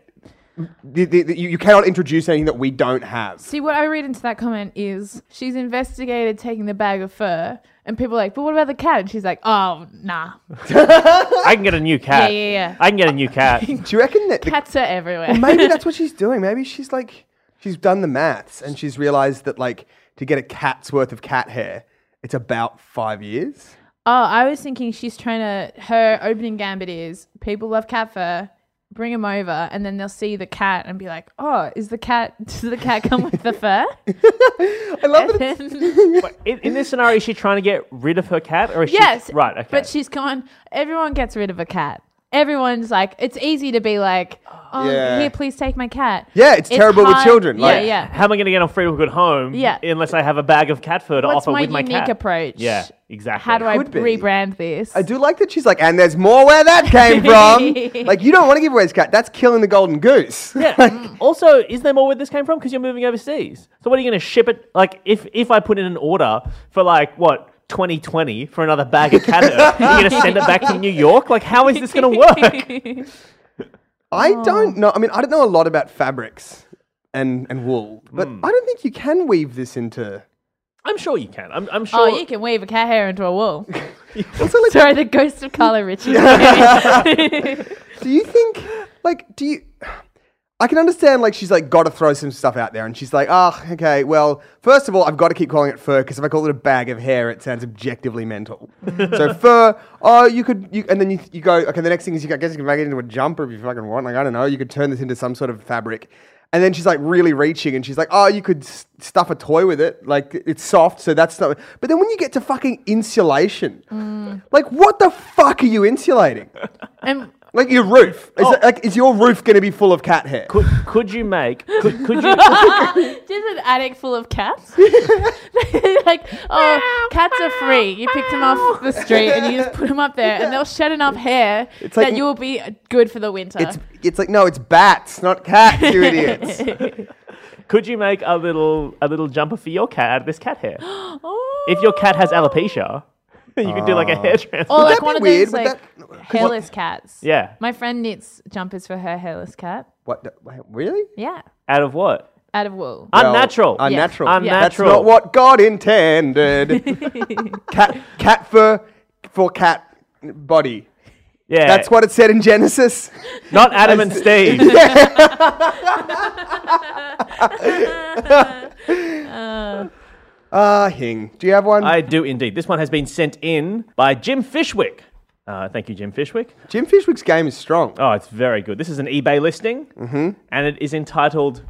S2: th- th- th- you, you cannot introduce anything that we don't have.
S3: See, what I read into that comment is she's investigated taking the bag of fur, and people are like, but what about the cat? And she's like, oh, nah.
S1: I can get a new cat.
S3: yeah, yeah.
S1: I can get a new cat.
S2: Do you reckon that? the-
S3: Cats are everywhere.
S2: maybe that's what she's doing. Maybe she's like she's done the maths and she's realized that like to get a cat's worth of cat hair, it's about five years.
S3: Oh, I was thinking she's trying to. Her opening gambit is people love cat fur, bring them over, and then they'll see the cat and be like, "Oh, is the cat? Does the cat come with the fur?"
S2: I love that. it's-
S3: Then-
S1: in, in this scenario, is she trying to get rid of her cat, or is
S3: yes,
S1: she right? Okay,
S3: But she's gone. Everyone gets rid of a cat. Everyone's like, it's easy to be like, "Oh,
S2: Yeah.
S3: here, please take my cat."
S2: Yeah, it's terrible with
S3: hard-
S2: children,
S3: Yeah,
S2: like-
S3: yeah.
S1: how am I going to get on free to a good home?
S3: Yeah.
S1: unless I have a bag of cat fur to
S3: What's
S1: offer
S3: my
S1: with my
S3: unique
S1: cat.
S3: approach?
S1: Yeah, exactly.
S3: How do I
S2: Could be.
S3: rebrand this?
S2: I do like that she's like, and there's more where that came from. like, you don't want to give away his cat. That's killing the golden goose.
S1: Yeah. Mm. also, is there more where this came from? Because you're moving overseas. So what are you going to ship it? Like, if if I put in an order for like what 2020 for another bag of cat hair, you're going to send it back to New York? Like, how is this going to work?
S2: I don't know. I mean, I don't know a lot about fabrics and, and wool, but I don't think you can weave this into.
S1: I'm sure you can. I'm, I'm sure.
S3: Oh, you can weave a cat hair into a wall.
S2: Also, like,
S3: Sorry, the ghost of Carla Ritchie.
S2: do you think, like, do you. I can understand, like, she's like, got to throw some stuff out there. And she's like, ah, okay, well, first of all, I've got to keep calling it fur because if I call it a bag of hair, it sounds objectively mental. so, fur, oh, you could, you, and then you, you go, okay, the next thing is, you, I guess you can make it into a jumper if you fucking want. Like, I don't know, you could turn this into some sort of fabric. And then she's like, really reaching, and she's like, oh, you could s- stuff a toy with it. Like, it's soft, so that's not. But then when you get to fucking insulation, like, what the fuck are you insulating?
S3: and
S2: Like your roof. Is, it- like, is your roof going to be full of cat hair?
S1: Oh. could, could you make? Could, could you?
S3: Just an attic full of cats. like, oh, cats are free. You pick them off the street and you just put them up there, and they'll shed enough hair
S2: like-
S3: that you will be good for the winter.
S2: It's, it's like, no, it's bats, not cats, you idiots.
S1: Could you make a little a little jumper for your cat out of this cat hair?
S3: Oh.
S1: if your cat has alopecia, you can do
S3: Ah.
S1: like a hair transplant.
S3: or
S2: that
S3: like
S2: be
S3: one of
S2: weird?
S3: those
S2: Would
S3: like hairless cats.
S1: Yeah.
S3: My friend knits jumpers for her hairless cat.
S2: What? the- wait, Really?
S3: Yeah,
S1: Out of what?
S3: out of wool.
S2: Well,
S1: Unnatural.
S2: unnatural.
S1: Unnatural.
S2: That's not what God intended. cat, cat fur for cat body.
S1: Yeah.
S2: That's what it said in Genesis.
S1: Not Adam and Steve.
S2: Ah, Hing. Do you have one?
S1: I do indeed. This one has been sent in by Jim Fishwick. Uh, thank you, Jim Fishwick.
S2: Jim Fishwick's game is strong.
S1: Oh, it's very good. This is an eBay listing,
S2: Mm-hmm.
S1: and it is entitled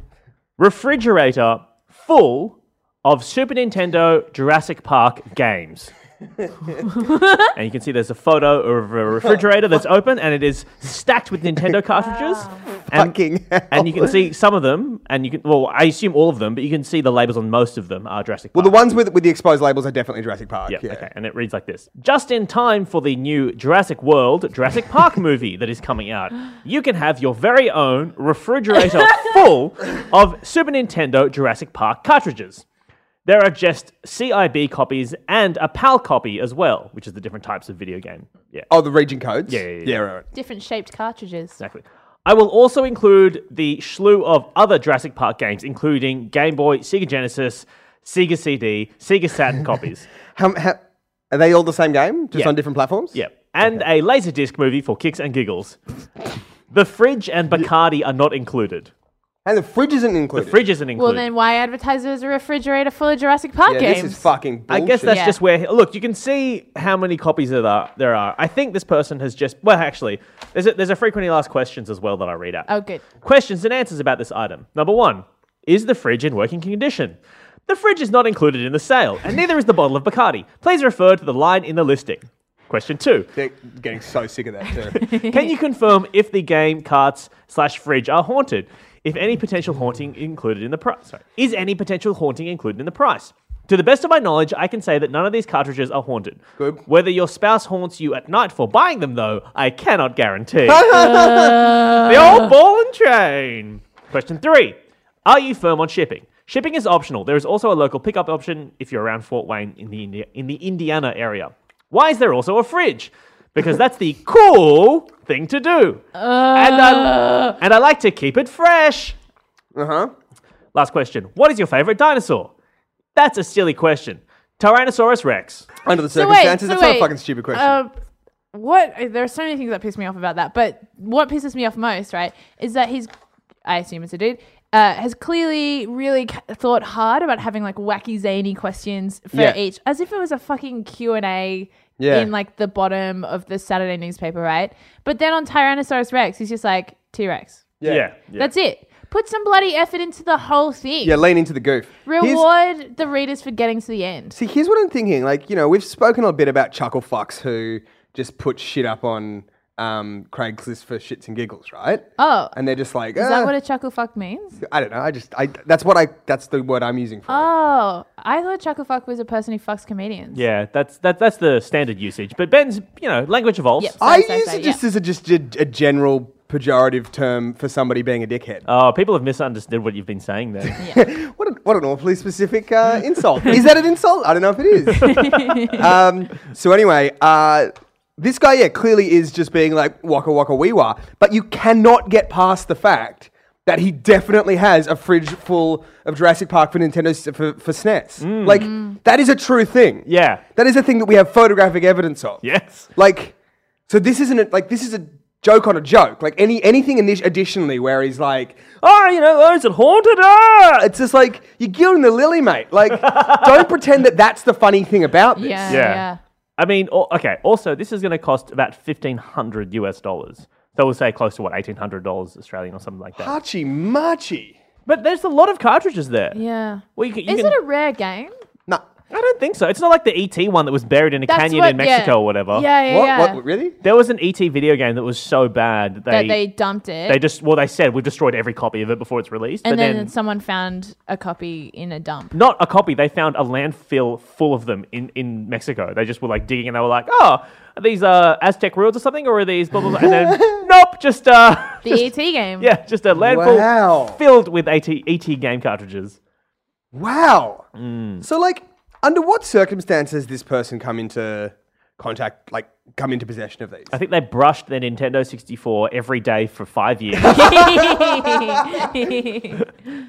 S1: Refrigerator Full of Super Nintendo Jurassic Park Games. and you can see there's a photo of a refrigerator that's open, and it is stacked with Nintendo cartridges.
S2: Fucking hell.
S1: And you can see some of them, and you can well, I assume all of them, but you can see the labels on most of them are Jurassic
S2: Well,
S1: Park.
S2: the ones with with the exposed labels are definitely Jurassic Park.
S1: yeah,
S2: yeah.
S1: okay, and it reads like this: Just in time for the new Jurassic World, Jurassic Park movie that is coming out, you can have your very own refrigerator full of Super Nintendo Jurassic Park cartridges. There are just CIB copies and a PAL copy as well, which is the different types of video game. Yeah.
S2: Oh, the region codes.
S1: Yeah, yeah, yeah.
S2: right, right.
S3: Different shaped cartridges.
S1: Exactly. I will also include the slew of other Jurassic Park games, including Game Boy, Sega Genesis, Sega CD, Sega Saturn copies.
S2: How, how, are they all the same game, just
S1: Yeah.
S2: on different platforms?
S1: Yep. And a Laserdisc movie for kicks and giggles. The fridge and Bacardi are not included.
S2: And the fridge isn't included.
S1: Fridge isn't
S3: Well,
S1: included.
S3: then why advertise it as a refrigerator full of Jurassic Park
S2: yeah,
S3: games?
S2: this is fucking.
S1: I
S2: Bullshit.
S1: guess that's
S3: Yeah.
S1: just where. Look, you can see how many copies there are. There are. I think this person has just. Well, actually, there's a, there's a frequently asked questions as well that I read out.
S3: Oh, good.
S1: Questions and answers about this item. Number one: Is the fridge in working condition? The fridge is not included in the sale, and neither is the bottle of Bacardi. Please refer to the line in the listing. Question two:
S2: They're getting so sick of that too.
S1: Can you confirm if the game carts slash fridge are haunted? If any potential haunting included in the price? Sorry. Is any potential haunting included in the price? To the best of my knowledge, I can say that none of these cartridges are haunted.
S2: Good.
S1: Whether your spouse haunts you at night for buying them, though, I cannot guarantee.
S3: Uh,
S1: the old ball and chain. Question three: Are you firm on shipping? Shipping is optional. There is also a local pickup option if you're around Fort Wayne in the Indi- in the Indiana area. Why is there also a fridge? Because that's the cool thing to do, and, I, and I like to keep it fresh.
S2: uh huh.
S1: Last question: What is your favorite dinosaur? That's a silly question. Tyrannosaurus Rex.
S2: Under the
S3: So wait,
S2: circumstances,
S3: so
S2: that's not a
S3: wait,
S2: fucking stupid question.
S3: uh, what there are so many things that piss me off about that, but what pisses me off most, right, is that he's, I assume it's a dude, uh, has clearly really c- thought hard about having like wacky zany questions for
S2: Yeah.
S3: each, as if it was a fucking Q and A
S2: Yeah.
S3: in like the bottom of the Saturday newspaper, right? But then on Tyrannosaurus Rex, he's just like T Rex.
S2: yeah. yeah.
S3: That's it. Put some bloody effort into the whole thing.
S2: lean into the goof. Here's-
S3: Reward the readers for getting to the end.
S2: see, here's what I'm thinking. Like, you know, we've spoken a bit about chuckle fucks who just put shit up on um, Craigslist for shits and giggles, right?
S3: Oh.
S2: And they're just like,
S3: Is that
S2: "Ah,
S3: what a chuckle fuck means?
S2: I don't know. I just, I that's what I, that's the word I'm using for. it.
S3: Oh, I thought chuckle fuck was a person who fucks comedians.
S1: Yeah, that's that, that's the standard usage. But Ben's, you know, language evolves.
S3: Yep.
S2: I
S3: Sorry, sorry,
S2: use
S3: sorry,
S2: it just as a just a, a general pejorative term for somebody being a dickhead.
S1: Oh, people have misunderstood what you've been saying there.
S2: What, a, what an awfully specific uh, insult. Is that an insult? I don't know if it is. um, so anyway, uh, this guy, yeah, clearly is just being like waka waka wee wah. But you cannot get past the fact that he definitely has a fridge full of Jurassic Park for Nintendo s- for, for SNES. Like that is a true thing.
S1: yeah.
S2: That is a thing that we have photographic evidence of.
S1: Yes.
S2: Like, so this isn't a, like this is a joke on a joke. Like any anything init- additionally where he's like,
S1: Oh, you know, is it haunted? Ah!
S2: it's just like you're gilding the lily, mate. Like, don't pretend that that's the funny thing about this.
S3: Yeah.
S1: Yeah.
S3: Yeah.
S1: I mean, o- okay. Also, this is going to cost about fifteen hundred US dollars. So we'll say close to what eighteen hundred dollars Australian or something like that.
S2: Archie Marchie.
S1: But there's a lot of cartridges there.
S3: yeah.
S1: Well, you can, you
S3: Is
S1: can-
S3: it a rare game?
S2: Nah.
S1: I don't think so. It's not like the ET one that was buried in a canyon in Mexico
S3: yeah.
S1: or whatever.
S3: Yeah, yeah,
S2: What?
S3: yeah.
S2: What? Really?
S1: There was an ET video game that was so bad that
S3: that
S1: they
S3: they dumped it,
S1: they just well they said we've destroyed every copy of it before it's released.
S3: and
S1: but
S3: then,
S1: then
S3: someone found a copy in a dump.
S1: not a copy. They found a landfill full of them in, in Mexico. They just were like digging and they were like, oh, are these uh, Aztec ruins or something? Or are these blah, blah, blah? And then, nope, just, uh,
S3: The ET game.
S1: yeah, just a landfill
S2: Wow.
S1: filled with E AT, ET game cartridges.
S2: Wow. So, like, under what circumstances this person come into contact, like, come into possession of these?
S1: I think they brushed their Nintendo 64 every day for five years,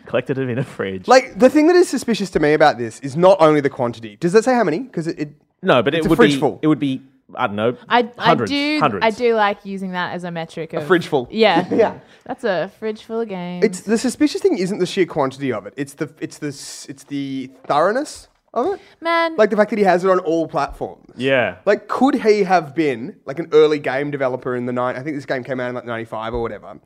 S1: collected them in a fridge.
S2: Like, the thing that is suspicious to me about this is not only the quantity. Does that say how many? Because it, it
S1: no, but
S2: it's
S1: it
S2: a
S1: would,
S2: fridge
S1: be,
S2: full.
S1: it would be, I don't know,
S3: I, I
S1: hundreds,
S3: do
S1: hundreds.
S3: I do like using that as a metric of
S2: fridge full.
S3: Yeah.
S2: Yeah.
S3: That's a fridge full of games.
S2: It's the suspicious thing isn't the sheer quantity of it. It's the it's the s- it's the thoroughness of it.
S3: Man,
S2: Like the fact that he has it on all platforms.
S1: Yeah.
S2: Like, could he have been like an early game developer in the night? I think this game came out in like '95 or whatever.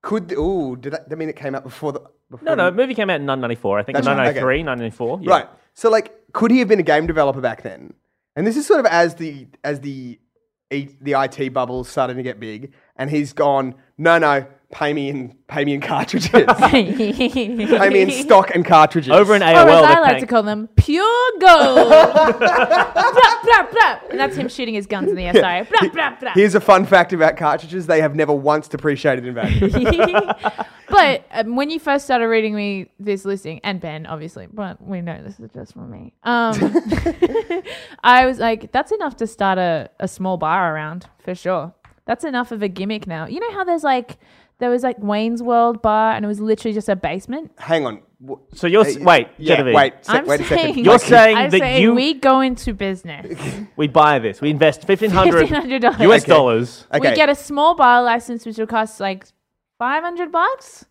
S2: Could oh, did that, that mean it came out before the? Before
S1: no, no,
S2: the-
S1: movie came out in 1994, I think,
S2: um, That's right,
S1: 1993,
S2: okay.
S1: 1994. Yeah.
S2: Right. So like, could he have been a game developer back then? And this is sort of as the as the E- the IT bubble starting to get big, and he's gone. No, no, pay me in pay me in cartridges. pay
S3: I
S2: me in stock and cartridges.
S1: Over in AOL,
S3: Or as Oh, I
S1: they're
S3: like
S1: paying,
S3: to call them, pure gold. Blap, blap, blap. And that's him shooting his guns in the air. Sorry. Blap, blap, blap.
S2: Here's a fun fact about cartridges: they have never once depreciated in value.
S3: but um, when you first started reading me this listing, and Ben, obviously, but we know this is just for me. Um, I was like, that's enough to start a, a small bar around for sure. That's enough of a gimmick now. You know how there's like, there was like Wayne's World bar and it was literally just a basement?
S2: Hang on. W-
S1: so you're s-
S2: uh,
S1: wait,
S2: yeah,
S1: Genevieve.
S2: wait, se-
S3: I'm
S2: wait a
S3: saying,
S2: second.
S1: You're
S2: Like,
S1: saying
S3: I'm
S1: that
S3: saying
S1: you-
S3: we go into business.
S1: We buy this. We invest fifteen hundred
S3: $1,500.
S1: US
S2: Okay.
S1: dollars.
S2: okay.
S3: We get a small bar license, which will cost like 500 bucks.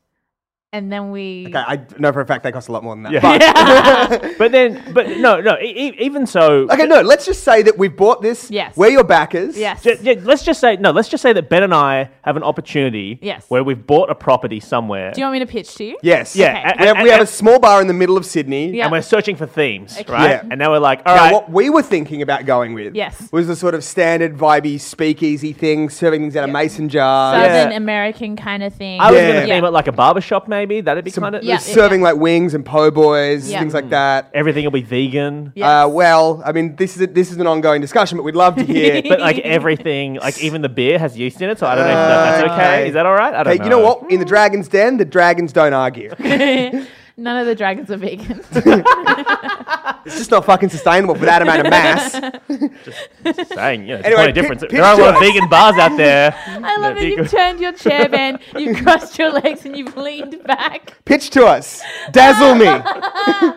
S3: And then we.
S2: Okay, I know for a fact they cost a lot more than that.
S1: Yeah.
S2: But
S1: But then, but no, no. E- e- even so,
S2: okay, no, let's just say that we bought this.
S3: Yes.
S2: We're your backers.
S3: Yes.
S1: Ju- ju- let's just say no. Let's just say that Ben and I have an opportunity.
S3: Yes.
S1: Where we've bought a property somewhere,
S3: Do you want me to pitch to you?
S2: Yes.
S1: Yeah, a-
S3: Okay.
S1: a-
S2: We have,
S1: and,
S2: we have a
S1: and-
S2: small bar in the middle of Sydney.
S3: Yeah.
S1: and we're searching for themes,
S3: Okay.
S1: right?
S2: Yeah.
S1: And now we're like, all
S2: Now,
S1: right,
S2: what we were thinking about going with
S3: Yes.
S2: was the sort of standard vibey speakeasy thing, serving things out of mason jars,
S3: Southern American kind of thing.
S1: I was
S2: Yeah.
S1: going to theme it like a barber shop, maybe. That'd be kind of
S3: Yeah.
S2: serving like wings and po' boys,
S3: Yeah.
S2: things like
S1: Mm.
S2: that.
S1: everything will be vegan,
S3: Yes.
S2: Uh, well, I mean, this is a, this is an ongoing discussion, but we'd love to hear.
S1: but like everything, like even the beer has yeast in it. So I don't know if that- that's okay.
S2: Uh, Okay.
S1: Is that all right? I don't
S2: hey,
S1: know.
S2: you know what? In the dragon's den, the dragons don't argue.
S3: None of the dragons are vegan.
S2: It's just not fucking sustainable for that amount of mass.
S1: Saying, you know,
S2: Anyway,
S1: anyway,
S2: pi-
S1: difference. there are a lot of
S2: picture-
S1: vegan bars out there.
S3: I love
S1: that
S3: that
S1: you
S3: you've
S1: go-
S3: turned your chair, Ben. You've crossed your legs and you've leaned back.
S2: Pitch to us, dazzle me.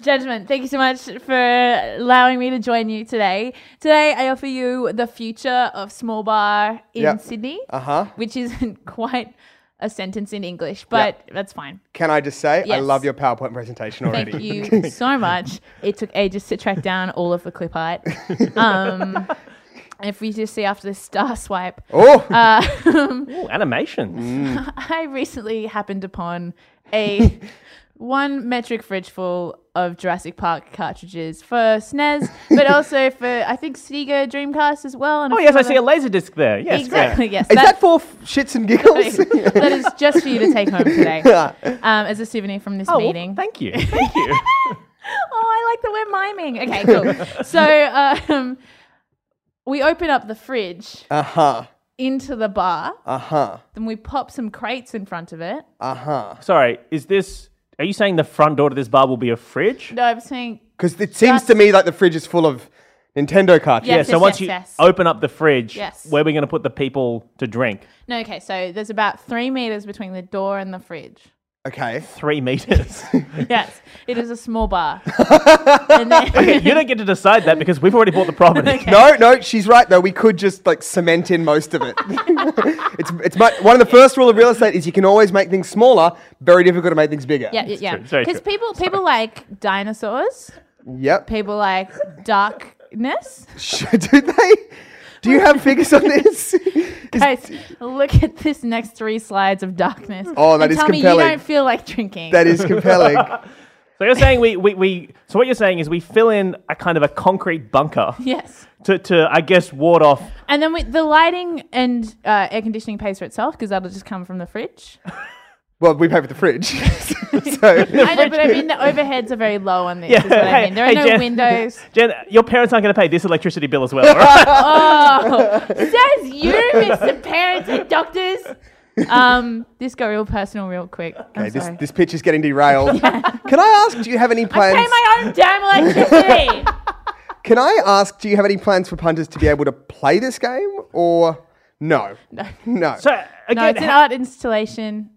S3: Gentlemen, thank you so much for allowing me to join you today. Today, I offer you the future of small bar in
S2: Yeah.
S3: Sydney,
S2: Uh huh.
S3: which isn't quite a sentence in English, but that's fine.
S2: Can I just say, I
S3: Yes.
S2: love your PowerPoint presentation already.
S3: Thank you so much. It took ages to track down all of the clip art. Um, if we just see after this star swipe,
S2: Oh,
S3: Uh,
S1: Ooh, animations.
S3: I recently happened upon a one metric fridge full of Jurassic Park cartridges for SNES, but also for I think Sega Dreamcast as well. And
S1: Oh
S3: few
S1: yes, I
S3: other-
S1: see a laser disc there. Yes, great.
S3: Exactly. Yes.
S2: is that
S3: That,
S2: for f- shits and giggles?
S3: that is just for you to take home today um, as a souvenir from this
S1: Oh, well,
S3: meeting.
S1: thank you, thank you.
S3: Oh, I like that we're miming. Okay, cool. so um, we open up the fridge
S2: Uh
S1: Uh-huh.
S2: huh.
S3: into the bar,
S2: Uh huh.
S3: then we pop some crates in front of it.
S2: Uh huh.
S1: Sorry, is this? Are you saying the front door to this bar will be a fridge?
S3: No, I'm saying
S2: Because it seems to me like the fridge is full of Nintendo cartridges.
S1: Yeah,
S3: Yes,
S1: so
S3: yes,
S1: once
S3: yes,
S1: you
S3: yes.
S1: open up the fridge,
S3: Yes.
S1: where are we going to put the people to drink?
S3: no. Okay, so there's about three meters between the door and the fridge.
S2: Okay.
S1: Three meters.
S3: Yes, it is a small bar. and then,
S1: you don't get to decide that because we've already bought the property.
S2: No, no, she's right though. We could just like cement in most of it. it's it's mu one of the first rule of real estate is you can always make things smaller. Very difficult to make things bigger.
S3: yeah, yeah, yeah.
S1: true, it's very
S3: Because
S1: true.
S3: people, people like dinosaurs.
S2: Yep.
S3: People like darkness.
S2: Do they? Do you have figures on this? Is-
S3: Guys, look at this next three slides of darkness.
S2: Oh, that
S3: and
S2: is
S3: tell me
S2: compelling.
S3: you don't feel like drinking.
S2: that is compelling.
S1: So you're saying we, we, we so what you're saying is we fill in a kind of a concrete bunker
S3: yes.
S1: to, to I guess ward off
S3: And then we, the lighting and uh, air conditioning pays for itself because that'll just come from the fridge.
S2: well, we pay for the fridge, so
S3: I know, but I mean the overheads are very low on this. Is what I
S1: Hey,
S3: mean. There are
S1: hey,
S3: no
S1: Jen.
S3: windows.
S1: Jen, your parents aren't going to pay this electricity bill as well, right?
S3: Oh, says you, Mr. Parents and Doctors. Um, this got real personal real quick. I'm
S2: okay, this
S3: sorry.
S2: this pitch is getting derailed. Can I ask? Do you have any
S3: Pay
S2: plans?
S3: my own damn electricity.
S2: Can I ask? Do you have any plans for punters to be able to play this game or no? No. No.
S1: So
S3: no,
S1: again,
S3: it's an art installation.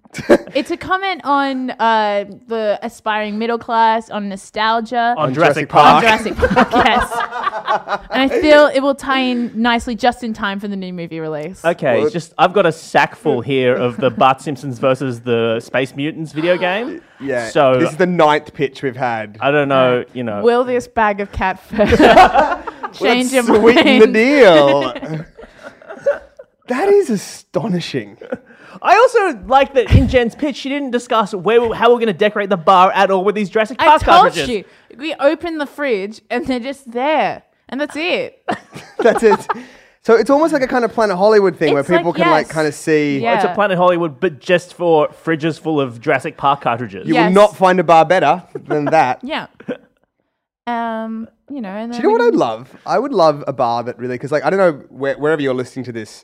S3: it's a comment on uh, the aspiring middle class, on nostalgia.
S1: on
S2: Jurassic
S1: Jurassic
S3: on
S1: Park.
S3: Jurassic Park, yes. And I feel it will tie in nicely just in time for the new movie release.
S1: Okay,
S2: Well-
S1: just I've got a sack full here of the Bart Simpsons versus the Space Mutants video game.
S2: yeah.
S1: So Uh,
S2: this is the ninth pitch we've had.
S1: I don't know, you know.
S3: Will this bag of cat fur change your
S2: Sweeten the
S3: mind?
S2: deal. that is astonishing.
S1: I also like that in Jen's pitch, she didn't discuss where we- how we're going to decorate the bar at all with these Jurassic
S3: I
S1: Park
S3: told
S1: cartridges.
S3: you. We open the fridge and they're just there. And that's it.
S2: That's it. So it's almost like a kind of Planet Hollywood thing where
S3: It's like,
S2: people can like
S3: yes.
S2: kind of see.
S3: Yeah.
S1: Oh, It's a Planet Hollywood, but just for fridges full of Jurassic Park cartridges.
S2: You
S3: Yeah.
S2: will
S3: Yes.
S2: not find a bar better than that.
S3: Yeah. Um, you know, and
S2: Do
S3: then
S2: you know
S3: we
S2: what I'd
S3: can-
S2: love? I would love a bar that really, because like I don't know where, wherever you're listening to this,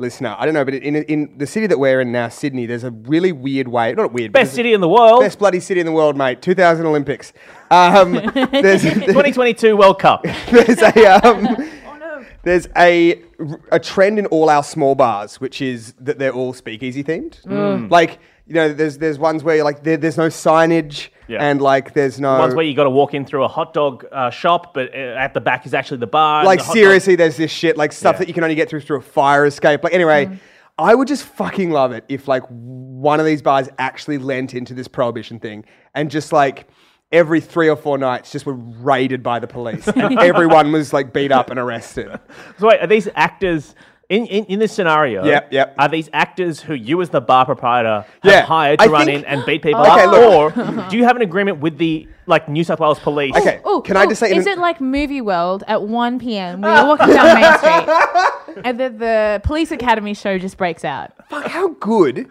S2: listener. I don't know, but in in the city that we're in now, Sydney, there's a really weird way. Not weird, but
S1: Best
S2: there's a-
S1: city in the world.
S2: best bloody city in the world, mate. 2000 Olympics. Um, there's
S1: 2022 World Cup.
S2: there's a um,
S1: Oh,
S2: there's a a trend in all our small bars, which is that they're all speakeasy themed.
S1: Mm.
S2: Like you know, there's there's ones where like there, there's no signage
S1: Yeah.
S2: and like there's no
S1: Ones where you got to walk in through a hot dog uh, shop, but uh, at the back is actually the bar. and
S2: like
S1: the hot
S2: seriously, there's this shit like stuff
S1: Yeah.
S2: that you can only get through through a fire escape. Like anyway, I would just fucking love it if like one of these bars actually lent into this prohibition thing and just like every three or four nights just were raided by the police and everyone was like beat up and arrested.
S1: dog. So wait, are these actors in, in, in this scenario?
S2: Yep, yep.
S1: Are these actors who you as the bar proprietor have
S2: Yeah,
S1: hired to
S2: I
S1: run
S2: think- Oh.
S1: in and beat people
S2: Okay,
S1: up,
S2: look.
S1: or do you have an agreement with the like New South Wales Police?
S2: Okay,
S3: Oh,
S2: can I just say? in
S3: Is
S2: an-
S3: it like Movie World at 1 p.m. when you're walking down Main Street and the, the Police Academy show just breaks out?
S2: Fuck, how good?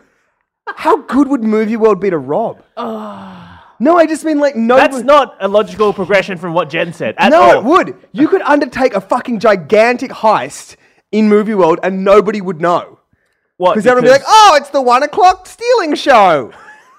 S2: How good would Movie World be to Rob? No, I just mean like no.
S1: That's not a logical progression from what Jen said at
S2: no,
S1: all.
S2: it would. You could undertake a fucking gigantic heist in Movie World, and nobody would know
S1: What,
S2: because everyone would be like, "Oh, it's the one o'clock stealing show."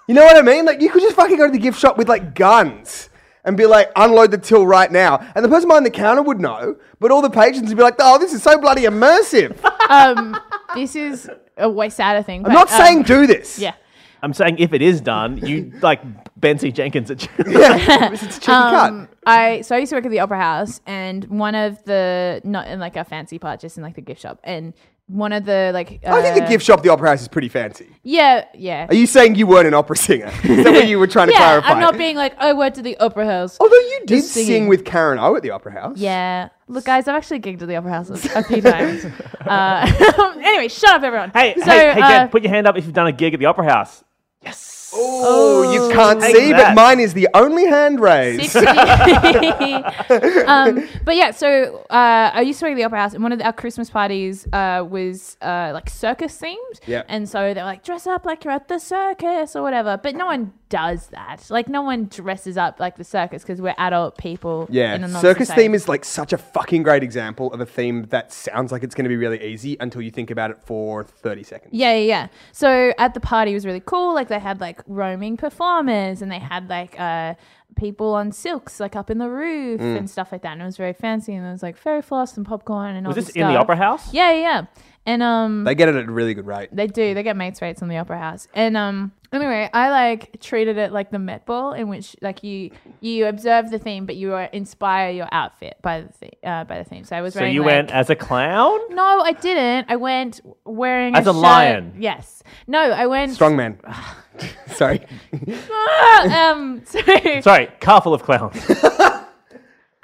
S2: You know what I mean? Like you could just fucking go to the gift shop with like guns and be like, "Unload the till right now," and the person behind the counter would know, but all the patrons would be like, "Oh, this is so bloody immersive."
S3: Um, this is a way sadder thing.
S2: I'm not saying do this.
S3: Um, Yeah.
S1: I'm saying if it is done, you like Bensie Jenkins at
S2: yeah. it's a cheeky cut.
S3: Um, I so I used to work at the Opera House, and one of the not in like a fancy part, just in like the gift shop, and one of the like uh,
S2: I think the gift shop, the opera house, is pretty fancy.
S3: Yeah, yeah.
S2: Are you saying you weren't an opera singer? Is that what you were trying to
S3: yeah,
S2: clarify? Oh.
S3: I'm not being like I worked at the Opera House.
S2: Although you did
S3: Just
S2: sing
S3: singing.
S2: with Karen O at the opera house.
S3: Yeah. Look, guys, I've actually gigged at the Opera House a few times. Uh, anyway, shut up, everyone.
S1: Hey,
S3: so,
S1: hey, hey, Jen,
S3: uh,
S1: put your hand up if you've done a gig at the Opera House. Yes.
S2: Oh, you can't
S1: Take
S2: see, but
S1: that.
S2: mine is the only hand raised.
S3: 60. um, but yeah, so uh, I used to work at the Opera House, and one of the, our Christmas parties uh, was uh, like circus themed.
S2: Yep.
S3: And so they were like, dress up like you're at the circus or whatever. But no one does that. Like, no one dresses up like the circus because we're adult people. in
S2: Yeah,
S3: a
S2: circus
S3: non-society.
S2: theme is like such a fucking great example of a theme that sounds like it's going to be really easy until you think about it for 30 seconds.
S3: Yeah, yeah, yeah. So at the party it was really cool. Like they had like roaming performers and they had like uh people on silks like up in the roof
S2: Mm.
S3: and stuff like that. And it was very fancy and there was like fairy floss and popcorn and all
S1: Was this
S3: this
S1: in the
S3: stuff.
S1: Opera House?
S3: Yeah, yeah, yeah. And um
S2: They get it at a really good rate.
S3: they do. They get mates rates on the Opera House. And um anyway, I like treated it like the Met Ball in which like you you observe the theme but you are inspire your outfit by the theme, uh, by the theme. So I was
S1: So
S3: wearing,
S1: you
S3: like-
S1: went as a clown?
S3: No, I didn't. I went wearing
S1: As a
S3: shirt-
S1: lion.
S3: Yes. No, I went
S2: Strongman. Sorry.
S3: um, so
S1: Sorry, car full of clowns.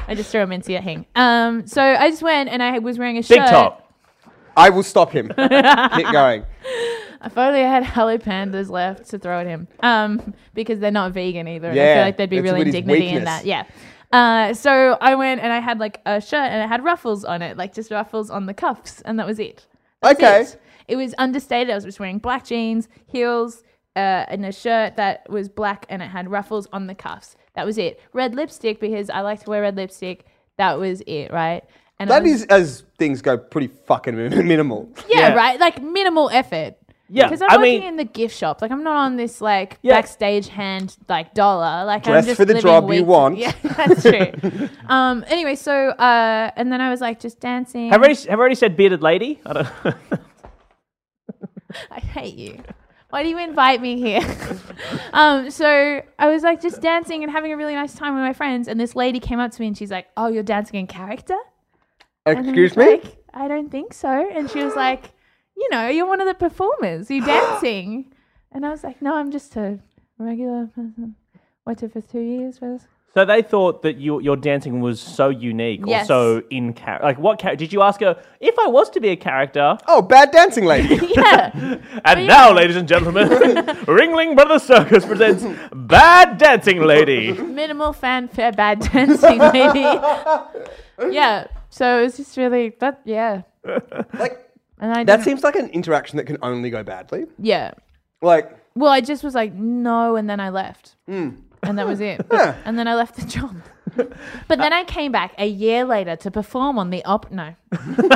S3: I just threw a mincy at Hing. Um, so I just went and I was wearing a
S1: Big
S3: shirt.
S1: top.
S2: I will stop him. Keep going.
S3: If only I had Hello Pandas left to throw at him. Um, because they're not vegan either. And I
S2: Yeah,
S3: feel like there'd be
S2: that's
S3: real
S2: with his
S3: indignity in
S2: weakness.
S3: that. Yeah. Uh, so I went and I had like a shirt and it had ruffles on it, like just ruffles on the cuffs, and that was it. That's
S2: Okay.
S3: It. It was understated. I was just wearing black jeans, heels, uh, and a shirt that was black and it had ruffles on the cuffs. That was it. Red lipstick because I like to wear red lipstick. That was it, right? And it
S2: That
S3: was-
S2: is, as things go, pretty fucking minimal.
S3: yeah,
S1: Yeah.
S3: right. Like minimal effort.
S1: Yeah,
S3: because I'm
S1: I
S3: working
S1: mean-
S3: in the gift shop. Like I'm not on this like
S1: Yeah.
S3: backstage hand like dollar. Like
S2: Dress
S3: I'm just
S2: for the
S3: living
S2: job you
S3: week-
S2: want.
S3: Yeah, that's true. um. Anyway, so uh, and then I was like just dancing.
S1: Have I already, have I already said bearded lady? I don't know.
S3: I hate you. Why do you invite me here? um, so I was like just dancing and having a really nice time with my friends, and this lady came up to me and she's like, "Oh, you're dancing in character." And I was
S2: Excuse me?
S3: Like, I don't think so. And she was like, you know, you're one of the performers. You're dancing. And I was like, no, I'm just a regular person. Worked here for two years. Was
S1: So they thought that you, your dancing was so unique or
S3: Yes.
S1: so in character. Like, what character? Did you ask her, if I was to be a character?
S2: Oh, bad dancing lady.
S3: yeah.
S1: And
S3: yeah.
S1: now, ladies and gentlemen, Ringling Brothers Circus presents Bad Dancing Lady.
S3: Minimal fanfare, bad dancing lady. yeah. So it was just really that. Yeah.
S2: Like
S3: And I
S2: that
S3: didn't-
S2: seems like an interaction that can only go badly.
S3: yeah.
S2: Like
S3: Well, I just was like, no, and then I left.
S2: Mm.
S3: And that was it. And then I left the job. But then I came back a year later to perform on the op. No.
S1: All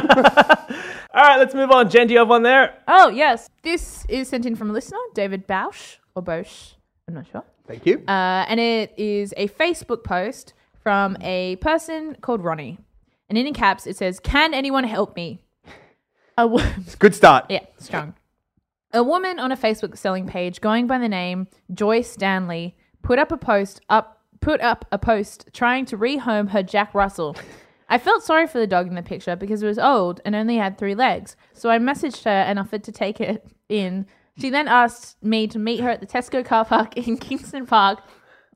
S1: right, let's move on. Jen, do you have one there?
S3: Oh, yes. This is sent in from a listener, David Bausch or Bosch. I'm not sure.
S2: thank you.
S3: Uh, and it is a Facebook post from a person called Ronnie. And in caps, it says, Can anyone help me? A wo-
S2: It's a good start.
S3: Yeah, strong. A woman on a Facebook selling page going by the name Joy Stanley put up a post up put up a post trying to rehome her Jack Russell. I felt sorry for the dog in the picture because it was old and only had three legs. So I messaged her and offered to take it in. She then asked me to meet her at the Tesco car park in Kingston Park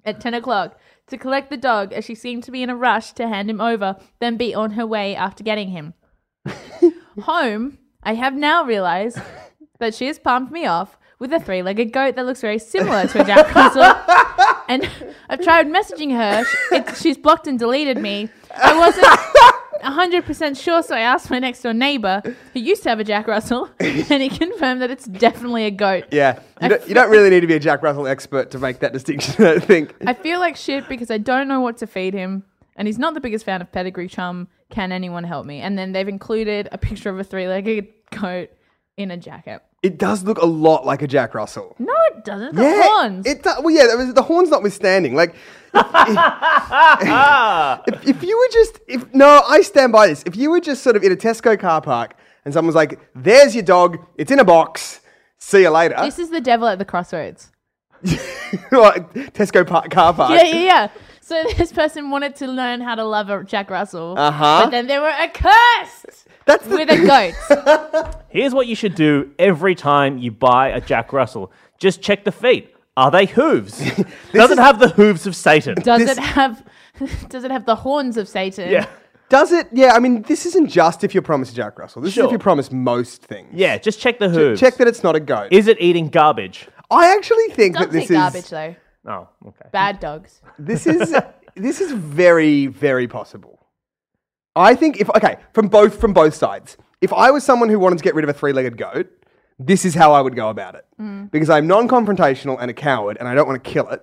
S3: at 10 o'clock to collect the dog as she seemed to be in a rush to hand him over, then be on her way after getting him. Home, I have now realized that she has palmed me off with a three legged goat that looks very similar to a Jack Russell. and I've tried messaging her. She- It, she's blocked and deleted me. I wasn't. 100% sure, so I asked my next door neighbor who used to have a Jack Russell, and he confirmed that it's definitely a goat.
S2: Yeah, you don't, you don't really need to be a Jack Russell expert to make that distinction. I think.
S3: I feel like shit because I don't know what to feed him, and he's not the biggest fan of pedigree chum. Can anyone help me? And then they've included a picture of a three-legged goat in a jacket.
S2: It does look a lot like a Jack Russell.
S3: No, it doesn't. The horns.
S2: It do- well, yeah, that was, the horns notwithstanding. Like,
S1: Ah!
S2: if, if, if you were just, if no, I stand by this. If you were just sort of in a Tesco car park and someone's like, "There's your dog. It's in a box. See you later."
S3: this is the devil at the crossroads.
S2: Like, Tesco par- car park.
S3: Yeah, yeah, yeah. So this person wanted to learn how to love a Jack Russell,
S2: Uh-huh.
S3: but then they were accursed
S2: That's the
S3: with a goat.
S1: Here's what you should do every time you buy a Jack Russell. Just check the feet. Are they hooves? Does
S2: is-
S1: it have the hooves of Satan?
S3: Does
S2: This-
S3: it have? Does it have the horns of Satan?
S1: yeah.
S2: Does it? Yeah, I mean, this isn't just if you promise a Jack Russell. This is
S1: Sure.
S2: if you promise most things.
S1: Yeah, just check the
S2: Ch-
S1: hooves.
S2: Check that it's not a goat.
S1: Is it eating garbage?
S2: I actually think that
S3: Dogs
S2: this
S3: eat
S2: is
S3: garbage though.
S1: Oh, okay.
S3: Bad dogs.
S2: This is this is very very possible. I think if okay from both from both sides. If I was someone who wanted to get rid of a three-legged goat, this is how I would go about it
S3: Mm.
S2: because I'm non-confrontational and a coward, and I don't want to kill it.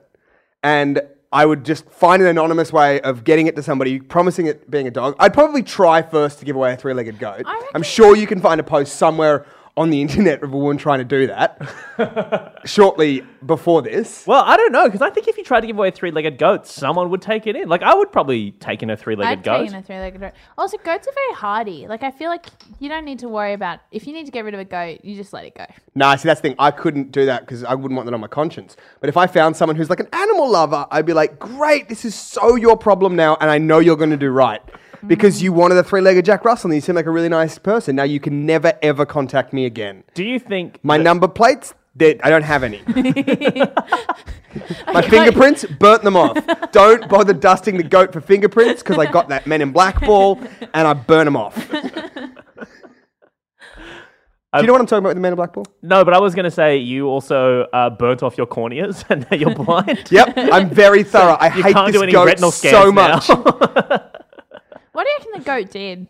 S2: And I would just find an anonymous way of getting it to somebody, promising it being a dog. I'd probably try first to give away a three-legged goat.
S3: I reckon-
S2: I'm sure you can find a post somewhere on the internet of a woman trying to do that shortly before this.
S1: Well, I don't know because I think if you tried to give away a three-legged goat, someone would take it in. Like I would probably take in a three-legged
S3: I'd
S1: goat.
S3: take in a three-legged goat. Also, goats are very hardy. Like I feel like you don't need to worry about if you need to get rid of a goat, you just let it go.
S2: Nah, see, that's the thing. I couldn't do that because I wouldn't want that on my conscience. But if I found someone who's like an animal lover, I'd be like, great, this is so your problem now, and I know you're going to do right because you wanted a three legged Jack Russell and you seem like a really nice person. Now you can never, ever contact me again.
S1: Do you think
S2: My
S1: that-
S2: number plates, they, I don't have any. my fingerprints, burnt them off. don't bother dusting the goat for fingerprints because I got that Men in Black ball and I burn them off. do you know what I'm talking about with the Men in Black ball?
S1: No, but I was going to say you also uh, burnt off your corneas and now you're blind.
S2: Yep, I'm very thorough. I hate
S1: can't
S2: this
S1: do any
S2: goat
S1: retinal scans now.
S2: so much.
S3: What do you reckon the goat did?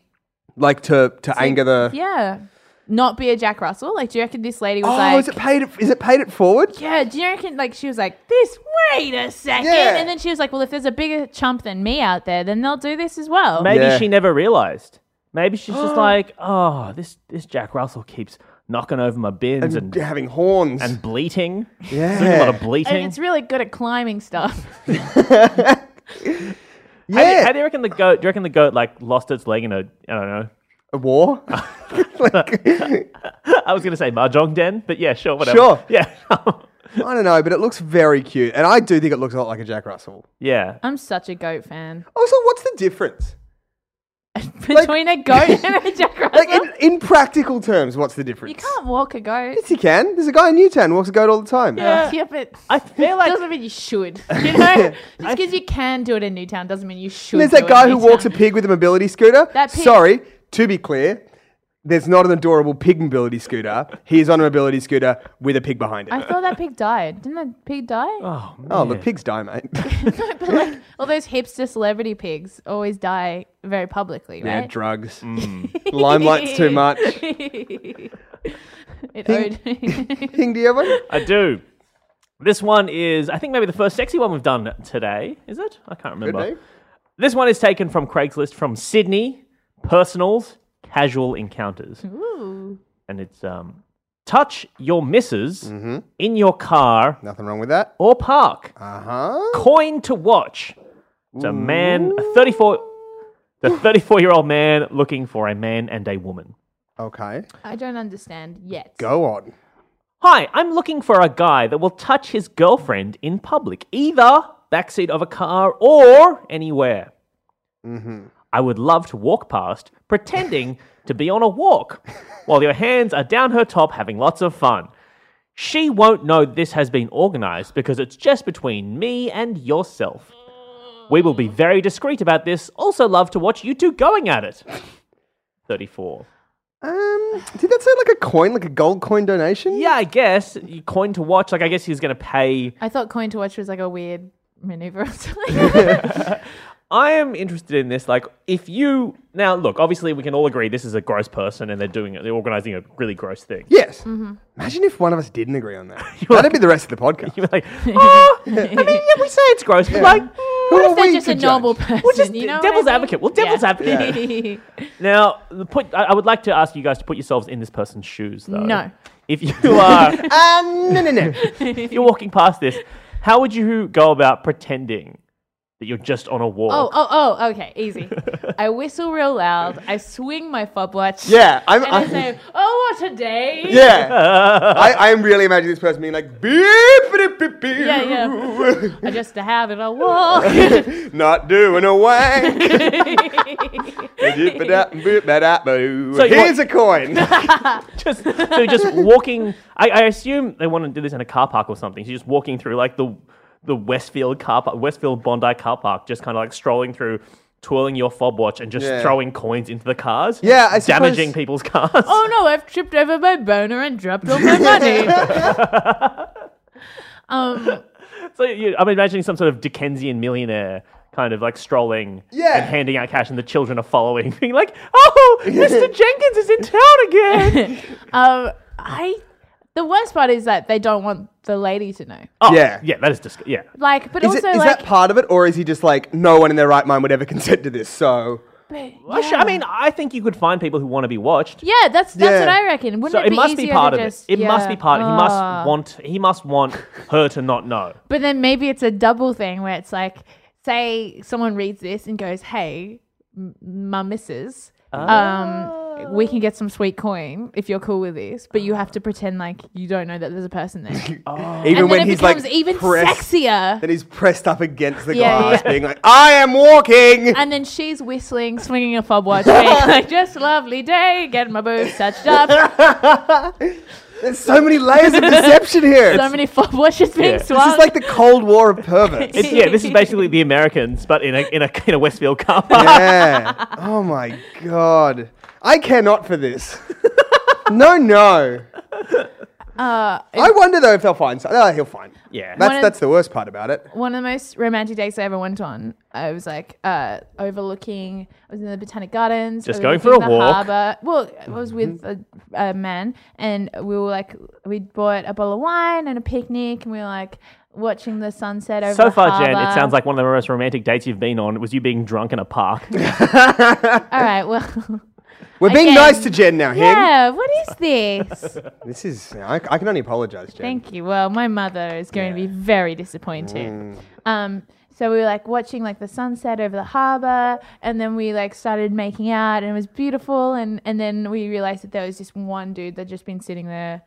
S2: like to to anger the.
S3: Yeah, not be a Jack Russell. Like, do you reckon this lady was
S2: Oh,
S3: like,
S2: is it paid? It, is it paid it forward?
S3: yeah? Do you reckon like she was like, this? Wait a second,
S2: Yeah.
S3: and then she was like, well, if there's a bigger chump than me out there, then they'll do this as well.
S1: Maybe
S2: Yeah.
S1: she never realized. Maybe she's just like, oh, this this Jack Russell keeps knocking over my bins and and,
S2: Having horns.
S1: bleating.
S2: Yeah.
S1: Doing a lot of
S3: And
S1: bleating.
S3: it's really good at climbing stuff.
S1: How do, you,
S2: yeah.
S1: how do you reckon the goat? Do you reckon the goat like lost its leg in a? I don't know.
S2: a war. Like,
S1: I was gonna say mahjong den, but yeah, sure, whatever.
S2: Sure.
S1: Yeah.
S2: I don't know, but it looks very cute, and I do think it looks a lot like a Jack Russell.
S1: yeah.
S3: I'm such a goat fan.
S2: Also, what's the difference?
S3: Between a goat and a Jack Russell,
S2: Like in, in practical terms, what's the difference?
S3: you can't walk a goat.
S2: Yes, you can. There's a guy in Newtown walks a goat all the time.
S1: Yeah.
S3: yeah but
S1: I feel like
S3: doesn't mean you should. You know, just because you can do it in Newtown doesn't mean you should.
S2: And there's
S3: do
S2: that
S3: it
S2: guy
S3: in
S2: who
S3: Newtown.
S2: walks a pig with a mobility scooter.
S3: That pig-
S2: Sorry, to be clear, There's not an adorable pig mobility scooter. He is on a mobility scooter with a pig behind it.
S3: I thought that pig died. Didn't that pig die?
S1: Oh, man.
S2: oh, look, pigs die, mate.
S3: but like all those hipster celebrity pigs always die very publicly,
S2: yeah,
S3: right?
S2: drugs. Limelight's Mm. too much.
S3: it owed.
S2: Ping, do you have one?
S1: I do. This one is, I think, maybe the first sexy one we've done today. Is it? I can't
S2: Good
S1: remember.
S2: name.
S1: This one is taken from Craigslist from Sydney. Personals, casual encounters,
S3: Ooh.
S1: and it's um, touch your missus in your car
S2: Nothing wrong with that.
S1: or park.
S2: Uh huh.
S1: coin to watch. It's a man, a 34, the 34 year old man looking for a man and a woman.
S2: Okay.
S3: I don't understand yet.
S2: Go on.
S1: Hi, I'm looking for a guy that will touch his girlfriend in public, either backseat of a car or anywhere. Mm-hmm. I would love to walk past, pretending to be on a walk, while your hands are down her top having lots of fun. She won't know this has been organized because it's just between me and yourself. We will be very discreet about this. Also, love to watch you two going at it. 34.
S2: Um, did that sound like a coin, like a gold coin donation?
S1: Yeah, I guess. You coin to watch. Like, I guess he's going to pay.
S3: I thought coin to watch was like a weird maneuver or something.
S1: I am interested in this. Like, if you now look, obviously, we can all agree this is a gross person, and they're doing it. They're organizing a really gross thing.
S2: Yes. Imagine if one of us didn't agree on that. That'd be the rest of the podcast.
S1: You're like, oh, I mean, yeah, we say it's gross, but like,
S2: Who are
S3: If they're
S2: we
S3: just
S2: to
S3: a
S2: judge?
S3: normal person,
S1: we'll just
S3: you know. what
S1: devil's
S3: I mean?
S1: advocate. Well, devil's advocate. Now, the put. I, I would like to ask you guys to put yourselves in this person's shoes, though.
S3: No.
S1: If you are,
S2: Uh, no, no, no.
S1: if you're walking past this, how would you go about pretending that you're just on a walk?
S3: Oh, oh, oh, okay, easy. I whistle real loud. I swing my fob watch.
S2: Yeah, I'm.
S3: And I
S2: I'm
S3: say, oh, what a day.
S2: yeah, I, I'm really imagining this person being like beep, beep, beep, beep.
S3: Yeah, yeah. I just have it a walk.
S2: Not doing a wank.
S3: Oh,
S2: Beep, ba-da, beep, ba-da, boo.
S1: So you
S2: Here's a coin.
S1: just so just walking. I, I assume they want to do this in a car park or something. So just walking through like the the Westfield car park, Westfield Bondi car park, just kind of like strolling through, twirling your fob watch and just
S2: Yeah.
S1: throwing coins into the cars.
S2: Yeah, I
S1: damaging
S2: suppose-
S1: people's cars.
S3: oh no, I've tripped over my boner and dropped all my money. um,
S1: So you, I'm imagining some sort of Dickensian millionaire. Kind of like strolling
S2: Yeah.
S1: and handing out cash, and the children are following, being like, "Oh, Mr. Jenkins is in town again."
S3: um, I. The worst part is that they don't want the lady to know.
S1: Oh,
S2: Yeah.
S1: yeah, that is disg- yeah.
S3: Like, but
S2: Is, it,
S3: also
S2: is
S3: like,
S2: that part of it, or is he just like no one in their right mind would ever consent to this? So
S3: but-
S1: I sh- I mean, I think you could find people who want to be watched.
S3: yeah, that's that's
S2: Yeah.
S3: what I reckon. Wouldn't
S1: So
S3: it
S1: it
S3: be
S1: must be
S3: easier
S1: part
S3: to
S1: of it.
S3: just,
S1: It must
S3: yeah.
S1: be part. He
S3: Ah.
S1: must want. He must want her to not know.
S3: But then maybe it's a double thing where it's like, say someone reads this and goes, "Hey, m- my missus,
S1: Ah.
S3: um, we can get some sweet coin if you're cool with this," but you have to pretend like you don't know that there's a person there, and
S2: even
S3: then
S2: when
S3: it
S2: he's
S3: becomes
S2: like
S3: even
S2: pressed,
S3: sexier.
S2: then he's pressed up against the
S3: Yeah,
S2: glass,
S3: yeah.
S2: being like, "I am walking."
S3: And then she's whistling, swinging a fob watch, being like, "Just lovely day, getting my boobs touched up."
S2: There's so many layers of deception here.
S3: So many fob watches being
S1: Yeah. This is
S2: This is
S3: swung.
S2: like the Cold War of perverts.
S1: It's, yeah, this is basically the Americans, but in a in a in a Westfield car park.
S2: yeah. Oh my god. I cannot for this. no, no.
S3: uh,
S2: I wonder though if they'll find. Some. Oh, he'll find.
S1: Yeah.
S2: That's
S3: One of-
S2: that's the worst part about it.
S3: one of the most romantic dates I ever went on. I was like uh, overlooking. I was in the Botanic Gardens.
S1: Just going
S3: overlooking
S1: for a
S3: the
S1: walk.
S3: Harbor. Well, I was with a, a man, and we were like, we bought a bottle of wine and a picnic, and we were like watching the sunset over.
S1: So
S3: the
S1: far, Jen, it
S3: harbor.
S1: sounds like one of the most romantic dates you've been on was you being drunk in a park.
S3: All right, well,
S2: We're being
S3: Again.
S2: nice to Jen now, Hing.
S3: yeah. What is this?
S2: This is. I, I can only apologize, Jen.
S3: Thank you. Well, my mother is going to be very disappointed.
S2: Mm.
S3: Um, so we were like watching like the sunset over the harbor, and then we like started making out, and it was beautiful. And and then we realized that there was just one dude that just been sitting there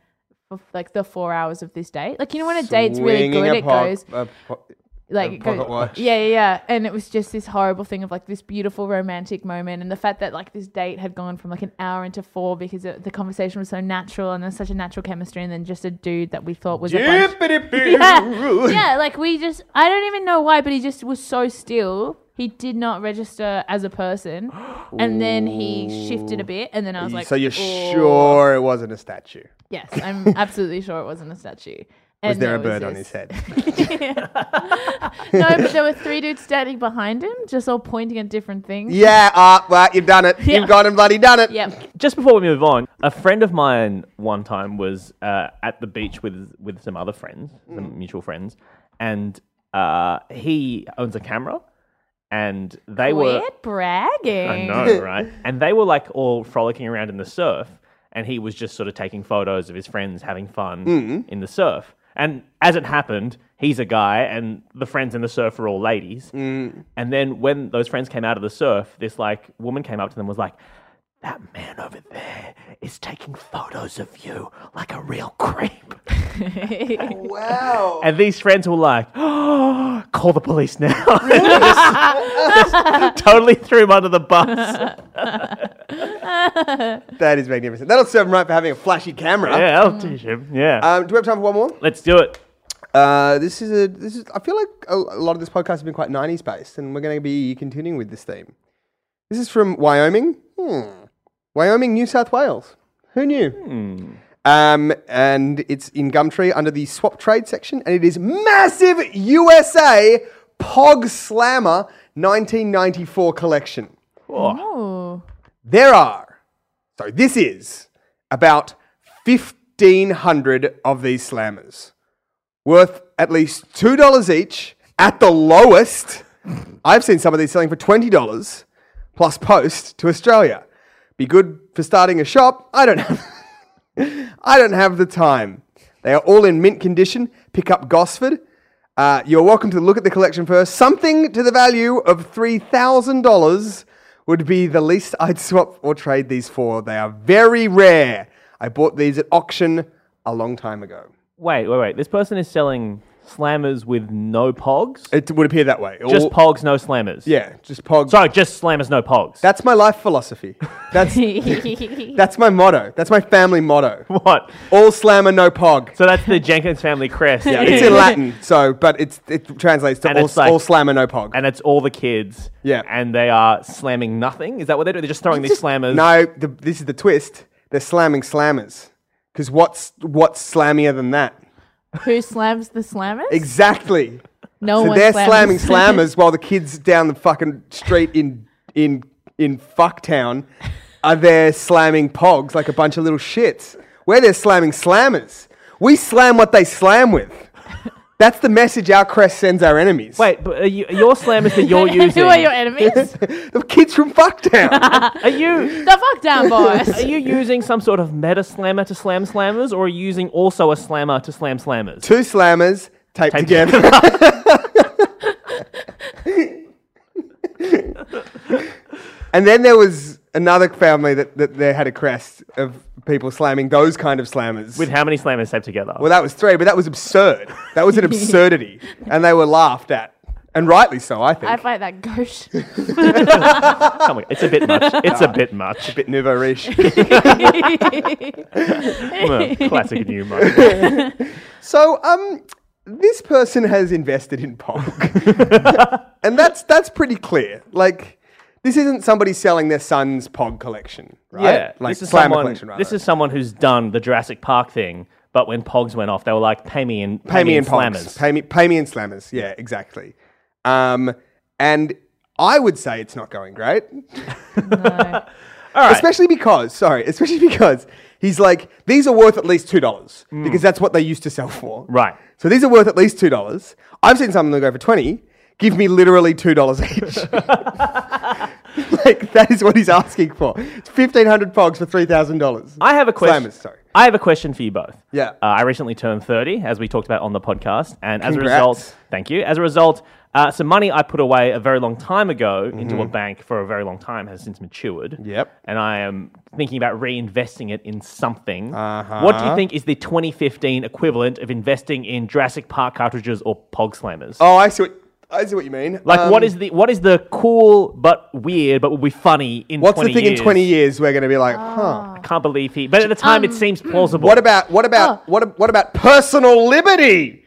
S3: for like the four hours of this date. Like you know when a date's really
S2: Swinging
S3: good,
S2: a
S3: it
S2: poc-
S3: goes
S2: a po-
S3: like
S2: A
S3: it goes-
S2: pocket watch.
S3: Yeah, yeah, yeah. And it was just this horrible thing of like this beautiful romantic moment, and the fact that like this date had gone from like an hour into four because it, the conversation was so natural and there's such a natural chemistry, and then just a dude that we thought was a bunch.
S2: Yippity-boo.
S3: Yeah, yeah. Like we just, I don't even know why, but he just was so still He did not register as a person, and then he shifted a bit, and then I was like,
S2: so you're
S3: "Oh."
S2: sure it wasn't a statue?
S3: Yes, I'm absolutely sure it wasn't a statue.
S2: Was
S3: And
S2: there a
S3: was
S2: bird on his
S3: just-
S2: head?
S3: no, but there were three dudes standing behind him, just all pointing at different things.
S2: yeah, ah, well, you've done it.
S3: Yeah.
S2: You've gone and bloody done it.
S3: Yep.
S1: Just before we move on, a friend of mine one time was uh, at the beach with with some other friends,
S3: Mm.
S1: some mutual friends, and uh, he owns a camera, and they were
S3: Weird bragging.
S1: I know, right? And they were like all frolicking around in the surf, and he was just sort of taking photos of his friends having fun in the surf. And as it happened, he's a guy, and the friends in the surf are all ladies. And then when those friends came out of the surf, this like woman came up to them and was like, "That man over there is taking photos of you like a real creep."
S2: Wow.
S1: And these friends were like, oh, call the police now. Just totally threw him under the bus.
S2: That is magnificent. That'll serve him right for having a flashy camera.
S1: Yeah, I'll teach him. Yeah.
S2: Um, do we have time for one more?
S1: Let's do it.
S2: Uh, this is a this is. I feel like a, a lot of this podcast has been quite '90s based, and we're going to be continuing with this theme. This is from Wyoming, hmm. Wyoming, New South Wales. Who knew? Um, and it's in Gumtree under the swap trade section, and it is massive USA Pog Slammer 1994 collection.
S3: Ooh.
S2: There are, so this is about 1,500 of these slammers worth at least $2 each at the lowest. I've seen some of these selling for $20 plus post to Australia. Be good for starting a shop. I don't have I don't have the time. They are all in mint condition. Pick up Gosford. Uh, you're welcome to look at the collection first. Something to the value of $3,000 would be the least I'd swap or trade these for. They are very rare. I bought these at auction a long time ago.
S1: Wait, wait, wait. This person is selling slammers with no pogs?
S2: It would appear that way.
S1: just
S2: All-
S1: pogs, no slammers.
S2: Yeah, just pog.
S1: Sorry, just slammers, no pogs.
S2: That's my life philosophy. That's that's my motto. That's my family motto.
S1: what?
S2: All slammer, no pog.
S1: So that's the Jenkins family crest.
S2: Yeah, it's in Latin, so but it's it translates to
S1: And
S2: all,
S1: it's like-
S2: all slammer, no pog.
S1: And it's all the kids.
S2: Yeah.
S1: And they are slamming nothing. Is that what they do? They're just throwing these slammers.
S2: No, the, this is the twist. They're slamming slammers. Because what's what's slammier than that?
S3: Who slams the slammers?
S2: Exactly.
S3: no
S2: so
S3: one
S2: they're
S3: slams.
S2: slamming slammers while the kids down the fucking street in in in fucktown are there slamming pogs like a bunch of little shits. We're there slamming slammers. We slam what they slam with. That's the message our crest sends our enemies.
S1: Wait, but are you, your slammers that you're using.
S3: Who are your enemies?
S2: the kids from fucktown.
S1: are you
S3: the fuck down,
S1: Are
S3: boys.
S1: you using some sort of meta slammer to slam slammers, or are you using also a slammer to slam slammers?
S2: Two slammers taped,
S1: Taped
S2: together. and then there was another family that, that they had a crest of people slamming those kind of slammers.
S1: With how many slammers taped together?
S2: Well, that was three, but that was absurd. That was an absurdity, and they were laughed at, and rightly so, I think.
S3: I fight that gauche.
S1: Come on, it's a bit much. It's a bit much.
S2: Bit nouveau riche.
S1: Well, Classic new mode.
S2: so, um, this person has invested in Pog, and that's that's pretty clear. Like, this isn't somebody selling their son's Pog collection, right? like
S1: this is
S2: Slammer
S1: someone.
S2: collection, rather.
S1: This is someone who's done the Jurassic Park thing, but when Pogs went off, they were like, "Pay me in,
S2: pay me in pogs.
S1: slammers."
S2: Pay me, pay me in slammers. Yeah, exactly. Um, and I would say it's not going great.
S1: All right.
S2: Especially because, sorry, especially because he's like, these are worth at least $2 because that's what they used to sell for.
S1: Hmm. Right.
S2: So these are worth at least $2. I've seen something that go for 20. Give me literally $2 each. like, that is what he's asking for. It's 1500 pogs for $3,000.
S1: I have a question.
S2: Slammers, sorry.
S1: I have a question for you both.
S2: Yeah.
S1: Uh, I recently turned 30, as we talked about on the podcast. And as
S2: Congrats.
S1: a result, thank you. As a result, uh, some money I put away a very long time ago into a bank for a very long time has since matured.
S2: Mm-hmm. Yep.
S1: And I am thinking about reinvesting it in something. Uh-huh. What do you think is the 2015 equivalent of investing in Jurassic Park cartridges or Pog Slammers?
S2: Oh, I see what, I see what you mean.
S1: Like,
S2: Um,
S1: what is the what is the cool but weird but will be funny in
S2: What's
S1: 20
S2: the thing
S1: years?
S2: in 20 years we're going to be like, huh?
S1: I can't believe
S3: Um,
S1: he. But at the time, it seems plausible.
S2: What about what about what, ab- what about personal liberty?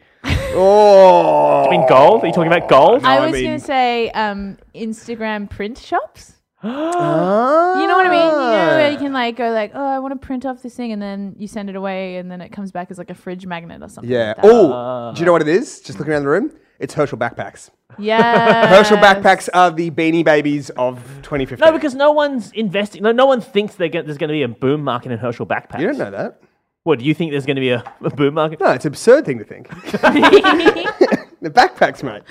S2: Oh.
S1: I mean, gold? Are you talking about gold?
S2: No,
S3: I
S2: I
S3: was
S2: mean-
S3: going to say um, Instagram print shops.
S2: Ah.
S3: You know what I mean? You know where you can like go like, oh, I want to print off this thing, and then you send it away, and then it comes back as like a fridge magnet or something.
S2: Yeah.
S3: Like that. Ah.
S2: Oh, do you know what it is? Just looking around the room, it's Herschel backpacks.
S3: yeah.
S2: Herschel backpacks are the beanie babies of 2015.
S1: No, because no one's investing. No, no one thinks they're go- there's going to be a boom market in Herschel backpacks.
S2: you don't know that.
S1: What do you think there's going to be a, a boom market?
S2: No, it's an absurd thing to think. the backpacks, mate.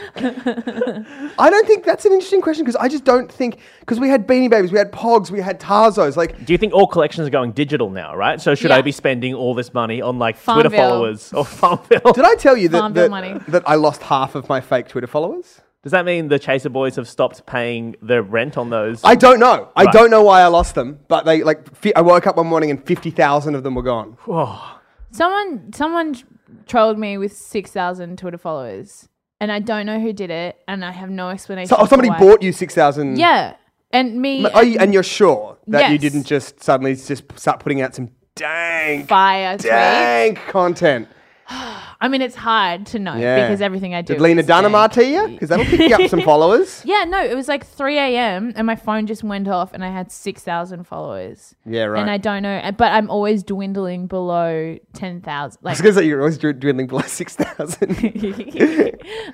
S2: I don't think that's an interesting question because I just don't think because we had beanie babies, we had pogs, we had Tarzos. Like,
S1: Do you think all collections are going digital now, right? So should
S3: Yeah.
S1: I be spending all this money on like Twitter
S3: Farmville.
S1: followers or Farmville?
S2: did I tell you that
S3: Farmville
S2: that,
S3: Oh, money.
S2: that I lost half of my fake Twitter followers?
S1: Does that mean the Chaser Boys have stopped paying their rent on those?
S2: I don't know. I
S1: Right.
S2: don't know why I lost them, but they like. Fi- I woke up one morning and fifty thousand of them were gone.
S1: Oh,
S3: Someone someone tr- trolled me with six thousand Twitter followers, and I don't know who did it, and I have no explanation.
S2: So, oh,
S3: for
S2: somebody
S3: why.
S2: bought you six thousand.
S3: Yeah, and me
S2: Are you, and you're sure that you
S3: Yes.
S2: didn't just suddenly just start putting out some dank,
S3: fire tweet.
S2: dank content?
S3: I mean, it's hard to know
S2: Yeah.
S3: because everything I do.
S2: Did Lena
S3: is dank.
S2: Dunham RT you? Because that'll pick you up some followers.
S3: Yeah, no, it was like 3 a.m. and my phone just went off and I had 6,000 followers.
S2: Yeah, right.
S3: And I don't know, eh, but I'm always dwindling below 10,000.
S2: I was
S3: Like,
S2: going to say you're always dri- dwindling below 6,000.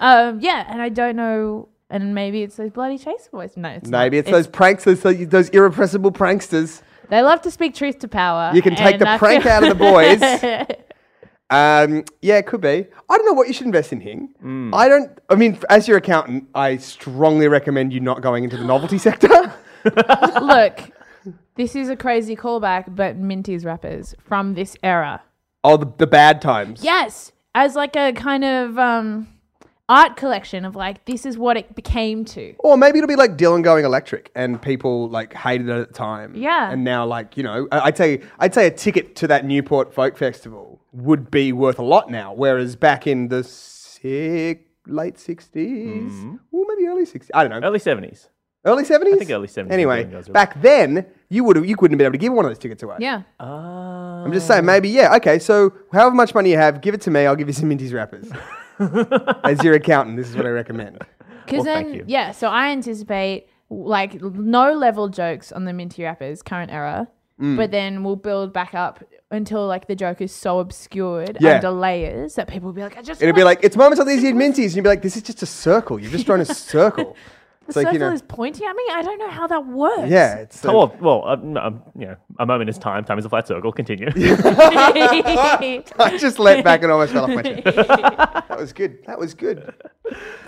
S3: um, yeah, and I don't know. And maybe it's those bloody chaser boys. No, it's
S2: Maybe
S3: not.
S2: it's, those pranksters, those, those irrepressible pranksters.
S3: They love to speak truth to power.
S2: You can take
S3: and
S2: the
S3: I
S2: prank
S3: feel-
S2: out of the boys. Um, yeah, it could be. I don't know what you should invest in, Hing. I don't, I mean, f- as your accountant, I strongly recommend you not going into the novelty sector.
S3: Look, this is a crazy callback, but Minty's rappers from this era.
S2: Oh, the, the bad times.
S3: Yes, as like a kind of um, art collection of like, this is what it became to.
S2: Or maybe it'll be like Dylan going electric and people like hated it at the time.
S3: Yeah.
S2: And now like, you know, I- I'd say I'd say a ticket to that Newport Folk Festival would be worth a lot now. Whereas back in the sick, late 60s or maybe early 60s. I don't know.
S1: early seventies.
S2: Early 70s? I
S1: Mm-hmm. think early 70s
S2: Anyway,
S1: Dylan goes with-
S2: back then you would have you couldn't have been able to give one of those tickets away.
S3: Yeah.
S1: Uh,
S2: I'm just saying, maybe, yeah, okay, so however much money you have, give it to me, I'll give you some Minty's wrappers. As your accountant, this is what I recommend.
S1: Well,
S3: Because then,
S1: thank you.
S3: yeah, so I anticipate like no level jokes on the Minty Rappers current era,
S2: Mm.
S3: but then we'll build back up until like the joke is so obscured
S2: Yeah.
S3: under layers that people will be like, I just
S2: It'd
S3: want-
S2: be like, it's moments like these you'd minties, and you'd be like, this is just a circle. You've just drawn a circle. It's
S3: the
S2: like,
S3: circle
S2: you know,
S3: is pointing at me. I don't know how that works.
S2: yeah, it's.
S1: oh,
S2: a-
S1: well, well uh, no, um, you know, a moment is time. Time is a flat circle. Continue.
S2: I just leant back and almost fell off my chair. that was good. That was good.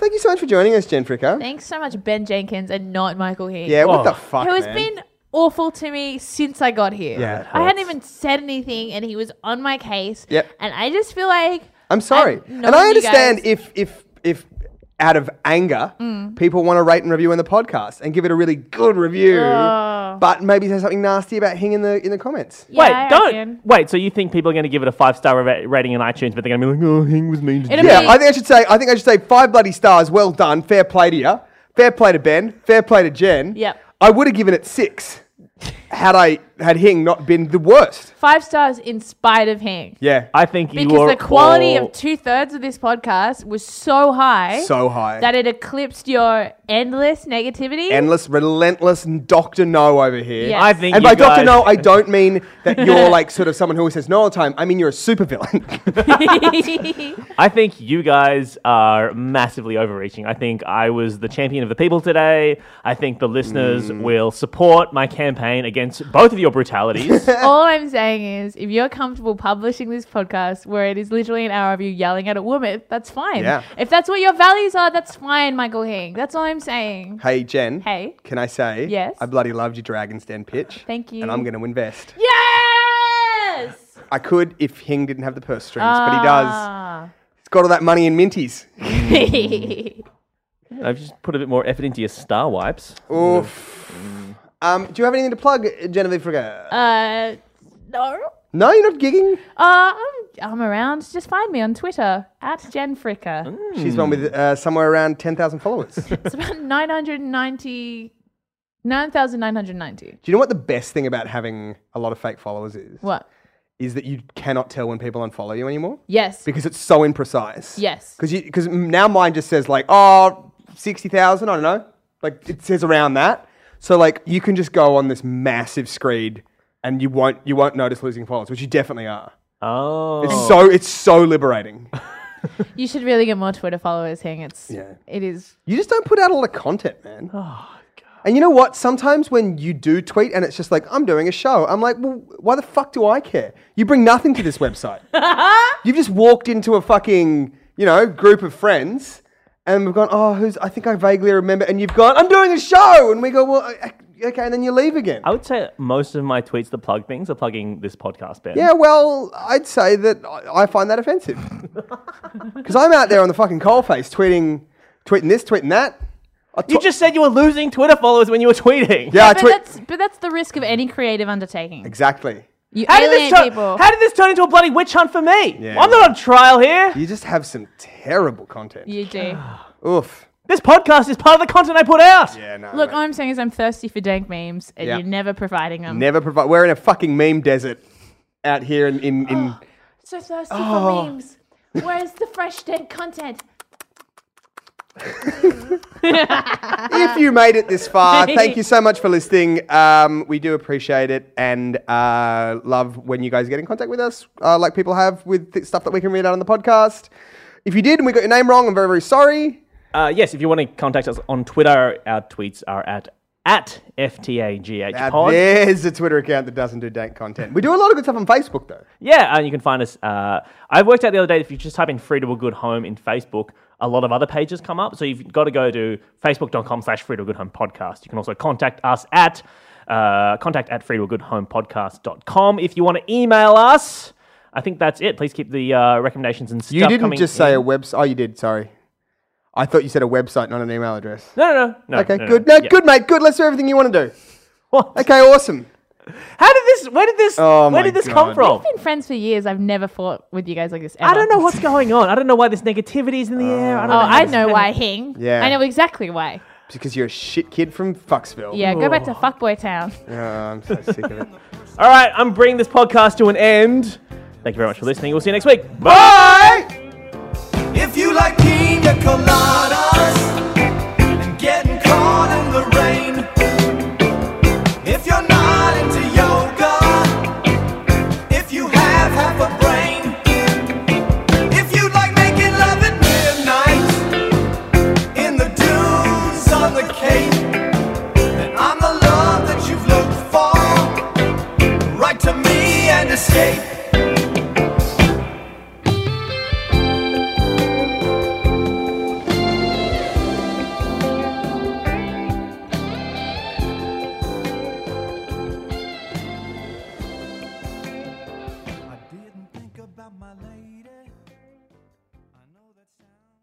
S2: Thank you so much for joining us, Jen Fricker.
S3: Thanks so much, Ben Jenkins, and not Michael Heath.
S2: yeah, what
S1: Oh.
S2: the fuck?
S3: who has
S2: man?
S3: been awful to me since I got here.
S2: Yeah, that
S3: I hadn't
S1: hurts.
S3: even said anything, and he was on my case.
S2: Yep.
S3: And I just feel like
S2: I'm sorry.
S3: I've
S2: And
S3: known
S2: I
S3: you
S2: understand
S3: guys- Mm.
S2: if, if, if out of anger, people want to rate and review on the podcast and give it a really good review,
S3: Oh.
S2: but maybe say something nasty about Hing in the, in the comments.
S3: Yeah,
S1: wait,
S3: I
S1: don't
S3: reckon.
S1: wait. So you think people are going to give it a five star ra- rating in iTunes, but they're going to be like, "Oh, Hing was mean to
S3: It'll
S1: do
S2: Yeah,
S1: that."
S3: be-
S2: I think I should say. I think I should say five bloody stars. Well done. Fair play to you. Fair play to Ben. Fair play to Jen.
S3: Yep.
S2: I would have given it six, had I had Hing not been the worst.
S3: Five stars in spite of Hank.
S2: Yeah.
S1: I think you
S3: Because
S1: are
S3: the quality
S1: all-
S3: of two thirds of this podcast was so high,
S2: so high.
S3: that it eclipsed your endless negativity.
S2: Endless, relentless Doctor No over here.
S3: Yeah.
S1: I think
S2: And by
S1: you guys,
S2: Doctor No, I don't mean that you're like sort of someone who always says no all the time. I mean you're a supervillain.
S1: I think you guys are massively overreaching. I think I was the champion of the people today. I think the listeners
S2: Hmm.
S1: will support my campaign against both of your brutalities.
S3: All I'm saying is, if you're comfortable publishing this podcast where it is literally an hour of you yelling at a woman, that's fine.
S2: Yeah.
S3: If that's what your values are, that's fine, Michael Hing. That's all I'm saying.
S2: hey Jen.
S3: Hey.
S2: Can I say?
S3: Yes.
S2: I bloody loved your Dragon's Den pitch.
S3: Thank you.
S2: And I'm going to invest.
S3: Yes!
S2: I could if Hing didn't have the purse strings, but he does.
S3: Ah.
S2: He's got all that money in minties.
S1: I've just put a bit more effort into your star wipes.
S2: Oof. Um, do you have anything to plug, Genevieve Frigga?
S3: uh, no.
S2: no, you're not gigging.
S3: Uh, I'm, I'm around. Just find me on Twitter at Jen Fricker.
S2: She's one with uh, somewhere around 10,000 followers. do
S3: It's about 990, 9,990.
S2: you know what the best thing about having a lot of fake followers is?
S3: What?
S2: is that you cannot tell when people unfollow you anymore
S3: Yes.
S2: because it's so imprecise.
S3: Yes.
S2: Because because now mine just says like oh 60,000, I don't know. Like it says around that. So like you can just go on this massive screed and you won't you won't notice losing followers, which you definitely are.
S1: Oh.
S2: It's so it's so liberating.
S3: You should really get more Twitter followers, Hang. It's
S2: Yeah.
S3: it is
S2: You just don't put out a lot of content, man. And you know what? Sometimes when you do tweet and it's just like, I'm doing a show, I'm like, well, why the fuck do I care? You bring nothing to this website. You've just walked into a fucking, you know, group of friends and we've gone, oh, who's, I think I vaguely remember. And you've gone, I'm doing a show. And we go, well, I- I- okay. And then you leave again.
S1: I would say most of my tweets that plug things are plugging this podcast, Ben.
S2: yeah, well, I'd say that I I find that offensive. Because I'm out there on the fucking coalface tweeting, tweeting this, tweeting that. I
S1: You
S2: tw-
S1: just said you were losing Twitter followers when you were tweeting.
S2: yeah, I
S3: but
S2: tweet.
S3: that's but that's the risk of any creative undertaking.
S2: Exactly.
S3: You
S1: How did,
S3: alienate
S1: this turn,
S3: people.
S1: how did this turn into a bloody witch hunt for me?
S2: Yeah.
S1: I'm not on trial here.
S2: You just have some terrible content.
S3: you do.
S2: Oof.
S1: This podcast is part of the content I put out.
S2: Yeah, no.
S3: Look,
S2: no.
S3: all I'm saying is I'm thirsty for dank memes, and
S2: Yeah.
S3: you're never providing them.
S2: never provide. We're in a fucking meme desert out here in in. in
S3: so thirsty
S2: Oh.
S3: for memes. Where's the fresh dank content?
S2: If you made it this far, thank
S3: Right.
S2: you so much for listening. Um, we do appreciate it and uh, love when you guys get in contact with us, uh, like people have with th- stuff that we can read out on the podcast. If you did and we got your name wrong, I'm very very sorry.
S1: Uh, yes, if you want to contact us on Twitter, our tweets are at at
S2: Now,
S1: FTAGH pod.
S2: there's a Twitter account that doesn't do dank content. We do a lot of good stuff on Facebook though.
S1: Yeah, and you can find us. Uh, I worked out the other day if you just type in Free to a Good Home in Facebook, a lot of other pages come up. So you've got to go to facebook.com slash Free to a Good Home podcast. You can also contact us at uh, contact at free to a good home podcast.com if you want to email us. I think that's it. Please keep the uh, recommendations and stuff
S2: You didn't
S1: coming
S2: just say
S1: in.
S2: a website. Oh, you did. Sorry, I thought you said a website, not an email address.
S1: No, no, no. no
S2: Okay,
S1: no, no,
S2: good.
S1: no.
S2: No,
S1: Yeah.
S2: good, mate. Good. Let's do everything you want to do.
S1: What?
S2: Okay, awesome.
S1: How did this? Where did this?
S2: Oh my
S1: where did this come
S2: God.
S1: from?
S3: I've been friends for years. I've never fought with you guys like this. Ever.
S1: I don't know what's going on. I don't know why this negativity is in the air. I don't
S3: Oh,
S1: know. how
S3: I
S1: this
S3: know
S1: happened.
S3: why, Hing.
S2: Yeah.
S3: I know exactly why.
S2: Because you're a shit kid from Foxville.
S3: Yeah, go back to fuckboy town.
S2: Oh, I'm so sick of it.
S1: All right, I'm bringing this podcast to an end. Thank you very much for listening. We'll see you next week.
S2: Bye.
S4: If you like pina coladas and getting caught in the rain, if you're not into yoga, if you have half a brain, if you like making love at midnight in the dunes on the cape, then I'm the love that you've looked for. Write to me and escape. I didn't think about my lady. I know that sounds.